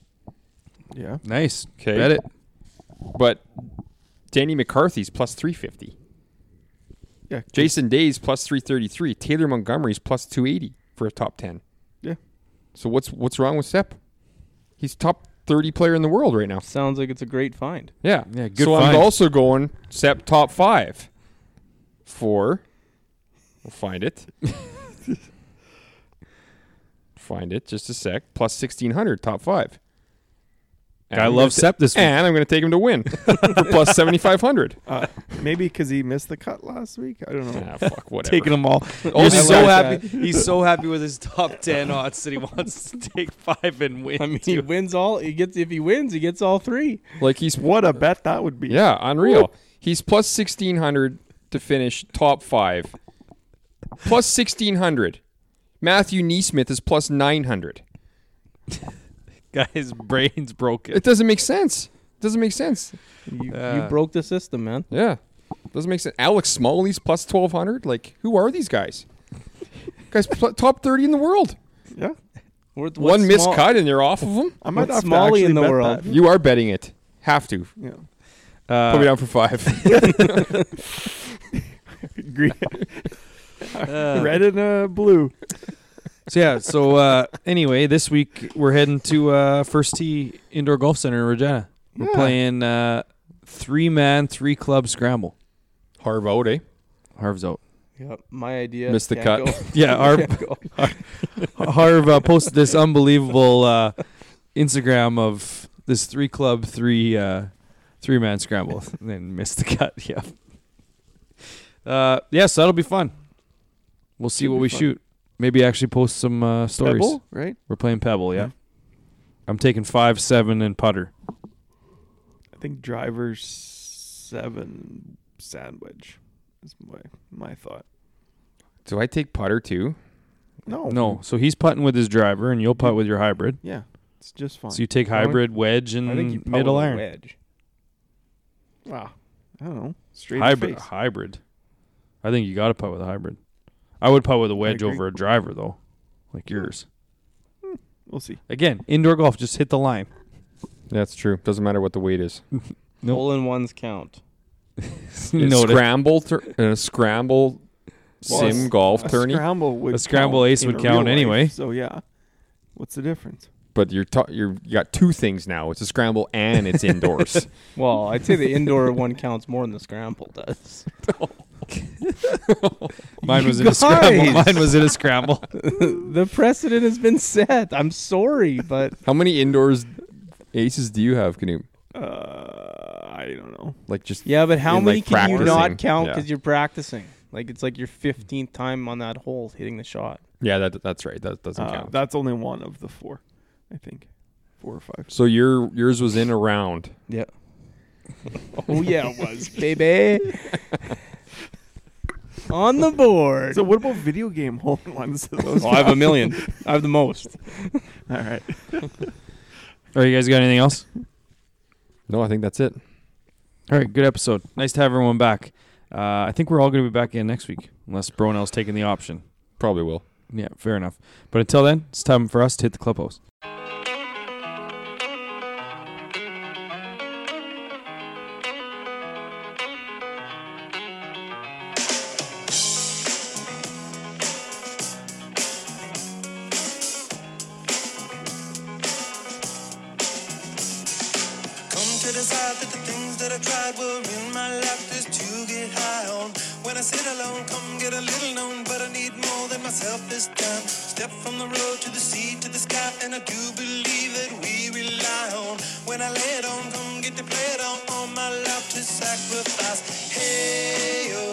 [SPEAKER 4] yeah,
[SPEAKER 1] nice.
[SPEAKER 3] 'Kay.
[SPEAKER 1] Bet it.
[SPEAKER 3] But Danny McCarthy's plus three fifty.
[SPEAKER 4] yeah,
[SPEAKER 3] Jason Day's plus three thirty three. Taylor Montgomery's plus two eighty for a top ten.
[SPEAKER 4] Yeah.
[SPEAKER 3] So what's what's wrong with Sepp? He's top thirty player in the world right now.
[SPEAKER 2] sounds like it's a great find.
[SPEAKER 3] Yeah.
[SPEAKER 1] Yeah, good
[SPEAKER 3] So I'm
[SPEAKER 1] find.
[SPEAKER 3] also going SEP top five for. We'll find it. find it just a sec. Plus 1600 top five. And
[SPEAKER 1] Guy
[SPEAKER 3] I'm
[SPEAKER 1] loves
[SPEAKER 3] gonna
[SPEAKER 1] Sep this
[SPEAKER 3] ta-
[SPEAKER 1] week.
[SPEAKER 3] And I'm going to take him to win for plus 7500.
[SPEAKER 4] Uh, maybe because he missed the cut last week. I don't know.
[SPEAKER 3] Ah, fuck, whatever.
[SPEAKER 1] Taking them all.
[SPEAKER 3] You're so
[SPEAKER 2] happy-
[SPEAKER 1] He's so happy with his top ten odds that he wants to take five and win.
[SPEAKER 2] I mean, he wins all. He gets if he wins, he gets all three.
[SPEAKER 3] like he's.
[SPEAKER 4] What a bet that would be.
[SPEAKER 3] Yeah, unreal. He's plus 1600 to finish top five. Plus 1600. Matthew Neesmith is plus 900.
[SPEAKER 1] Guy's brain's broken.
[SPEAKER 3] It doesn't make sense. It doesn't make sense.
[SPEAKER 2] You,
[SPEAKER 1] Uh,
[SPEAKER 2] you broke the system, man.
[SPEAKER 3] Yeah. Doesn't make sense. Alex Smalley's plus 1,200. Like, who are these guys? guys, pl- top 30 in the world.
[SPEAKER 4] yeah.
[SPEAKER 2] What-
[SPEAKER 3] One
[SPEAKER 2] what's
[SPEAKER 3] missed
[SPEAKER 2] small-
[SPEAKER 3] cut and you're off of them.
[SPEAKER 4] I might
[SPEAKER 2] What's
[SPEAKER 4] have to
[SPEAKER 2] Smalley in
[SPEAKER 4] actually
[SPEAKER 2] the
[SPEAKER 4] bet
[SPEAKER 2] world?
[SPEAKER 4] that.
[SPEAKER 3] You are betting it. Have to.
[SPEAKER 4] Yeah.
[SPEAKER 3] Put me
[SPEAKER 1] Uh,
[SPEAKER 3] down for five.
[SPEAKER 4] Green,
[SPEAKER 1] uh,
[SPEAKER 4] red and uh, blue.
[SPEAKER 1] So yeah. So uh, anyway, this week we're heading to uh, First Tee Indoor Golf Center in Regina. We're
[SPEAKER 4] Yeah.
[SPEAKER 1] playing uh, three man, three club scramble.
[SPEAKER 3] Harv out, eh?
[SPEAKER 1] Harv's out.
[SPEAKER 2] Yep, my idea.
[SPEAKER 3] Missed the
[SPEAKER 2] Can't go.
[SPEAKER 3] cut.
[SPEAKER 1] Yeah, Harv.
[SPEAKER 2] Can't go.
[SPEAKER 1] Harv uh, posted this unbelievable uh, Instagram of this three club, three uh, three man scramble, and then missed the cut. Yeah. Uh, yeah, so that'll be fun. We'll see
[SPEAKER 4] Should
[SPEAKER 1] what
[SPEAKER 4] be
[SPEAKER 1] we
[SPEAKER 4] fun.
[SPEAKER 1] shoot. Maybe actually post some uh, stories.
[SPEAKER 4] Pebble, right?
[SPEAKER 1] We're playing Pebble, yeah.
[SPEAKER 4] Yeah.
[SPEAKER 2] Mm-hmm.
[SPEAKER 1] I'm taking five, seven, and putter.
[SPEAKER 4] I think driver seven sandwich is my my thought.
[SPEAKER 3] Do I take putter too?
[SPEAKER 2] Oh.
[SPEAKER 4] No,
[SPEAKER 1] No, so he's putting with his driver, and you'll putt with your hybrid.
[SPEAKER 4] yeah, it's just fine.
[SPEAKER 1] So you take
[SPEAKER 2] I think-
[SPEAKER 1] hybrid, wedge, and
[SPEAKER 2] I think you probably
[SPEAKER 1] middle iron.
[SPEAKER 2] wedge. Wow.
[SPEAKER 4] Ah, I don't know, straight
[SPEAKER 1] Hybrid,
[SPEAKER 4] face.
[SPEAKER 1] hybrid. I think you got to putt with a hybrid. I would putt with a wedge
[SPEAKER 4] agree.
[SPEAKER 1] over a driver though, like yours.
[SPEAKER 4] We'll see.
[SPEAKER 1] Again, indoor golf, just hit the line.
[SPEAKER 3] That's true. Doesn't matter what the weight is.
[SPEAKER 1] Nope.
[SPEAKER 5] Hole in ones count.
[SPEAKER 1] Noted.
[SPEAKER 3] scramble tur- uh, scramble
[SPEAKER 4] Well,
[SPEAKER 3] sim
[SPEAKER 4] it's-
[SPEAKER 3] golf
[SPEAKER 4] A
[SPEAKER 3] tourney,
[SPEAKER 4] scramble would
[SPEAKER 1] A scramble
[SPEAKER 4] count
[SPEAKER 1] ace
[SPEAKER 4] in
[SPEAKER 1] would
[SPEAKER 4] real
[SPEAKER 1] count
[SPEAKER 4] life,
[SPEAKER 1] anyway.
[SPEAKER 4] So yeah, what's the difference?
[SPEAKER 3] but you're ta- you're you got two things now. It's a scramble and it's indoors.
[SPEAKER 5] Well, I'd say the indoor one counts more than the scramble does.
[SPEAKER 1] Mine was
[SPEAKER 2] You
[SPEAKER 1] in a scramble.
[SPEAKER 2] guys!
[SPEAKER 1] Mine was in a scramble.
[SPEAKER 2] the precedent has been set. I'm sorry, but
[SPEAKER 3] How many indoors aces do you have, Canoe?
[SPEAKER 4] Uh, I don't know.
[SPEAKER 3] Like just
[SPEAKER 2] yeah, but how
[SPEAKER 3] In,
[SPEAKER 2] many
[SPEAKER 3] like,
[SPEAKER 2] can you
[SPEAKER 3] practicing,
[SPEAKER 2] not count
[SPEAKER 3] yeah.
[SPEAKER 2] because you're practicing? Like it's like your 15th time on that hole hitting the shot.
[SPEAKER 3] yeah, that that's right. That doesn't
[SPEAKER 4] Uh,
[SPEAKER 3] count.
[SPEAKER 4] that's only one of the four, I think, four or five.
[SPEAKER 3] so your yours was in a round.
[SPEAKER 2] Oh yeah, it was baby on the board.
[SPEAKER 4] So what about video game hole in ones? Those
[SPEAKER 2] oh, I have a million. I have the most.
[SPEAKER 4] All right.
[SPEAKER 1] All right, you guys got anything else?
[SPEAKER 3] No, I think that's it.
[SPEAKER 1] All right, good episode. Nice to have everyone back. Uh, I think we're all going to be back in next week, unless Bronell's taking the option.
[SPEAKER 3] Probably will.
[SPEAKER 1] Yeah, fair enough. But until then, it's time for us to hit the clubhouse.
[SPEAKER 6] Come to decide that the things that I tried were in my life just to get high on. When I sit alone, come get a little known, but I need more than myself this time. Step from the road to the sea to the sky, and I do believe that we rely on. When I lay it on, come get to play it on, all my life to sacrifice. Hey, oh, yo. oh. oh. oh.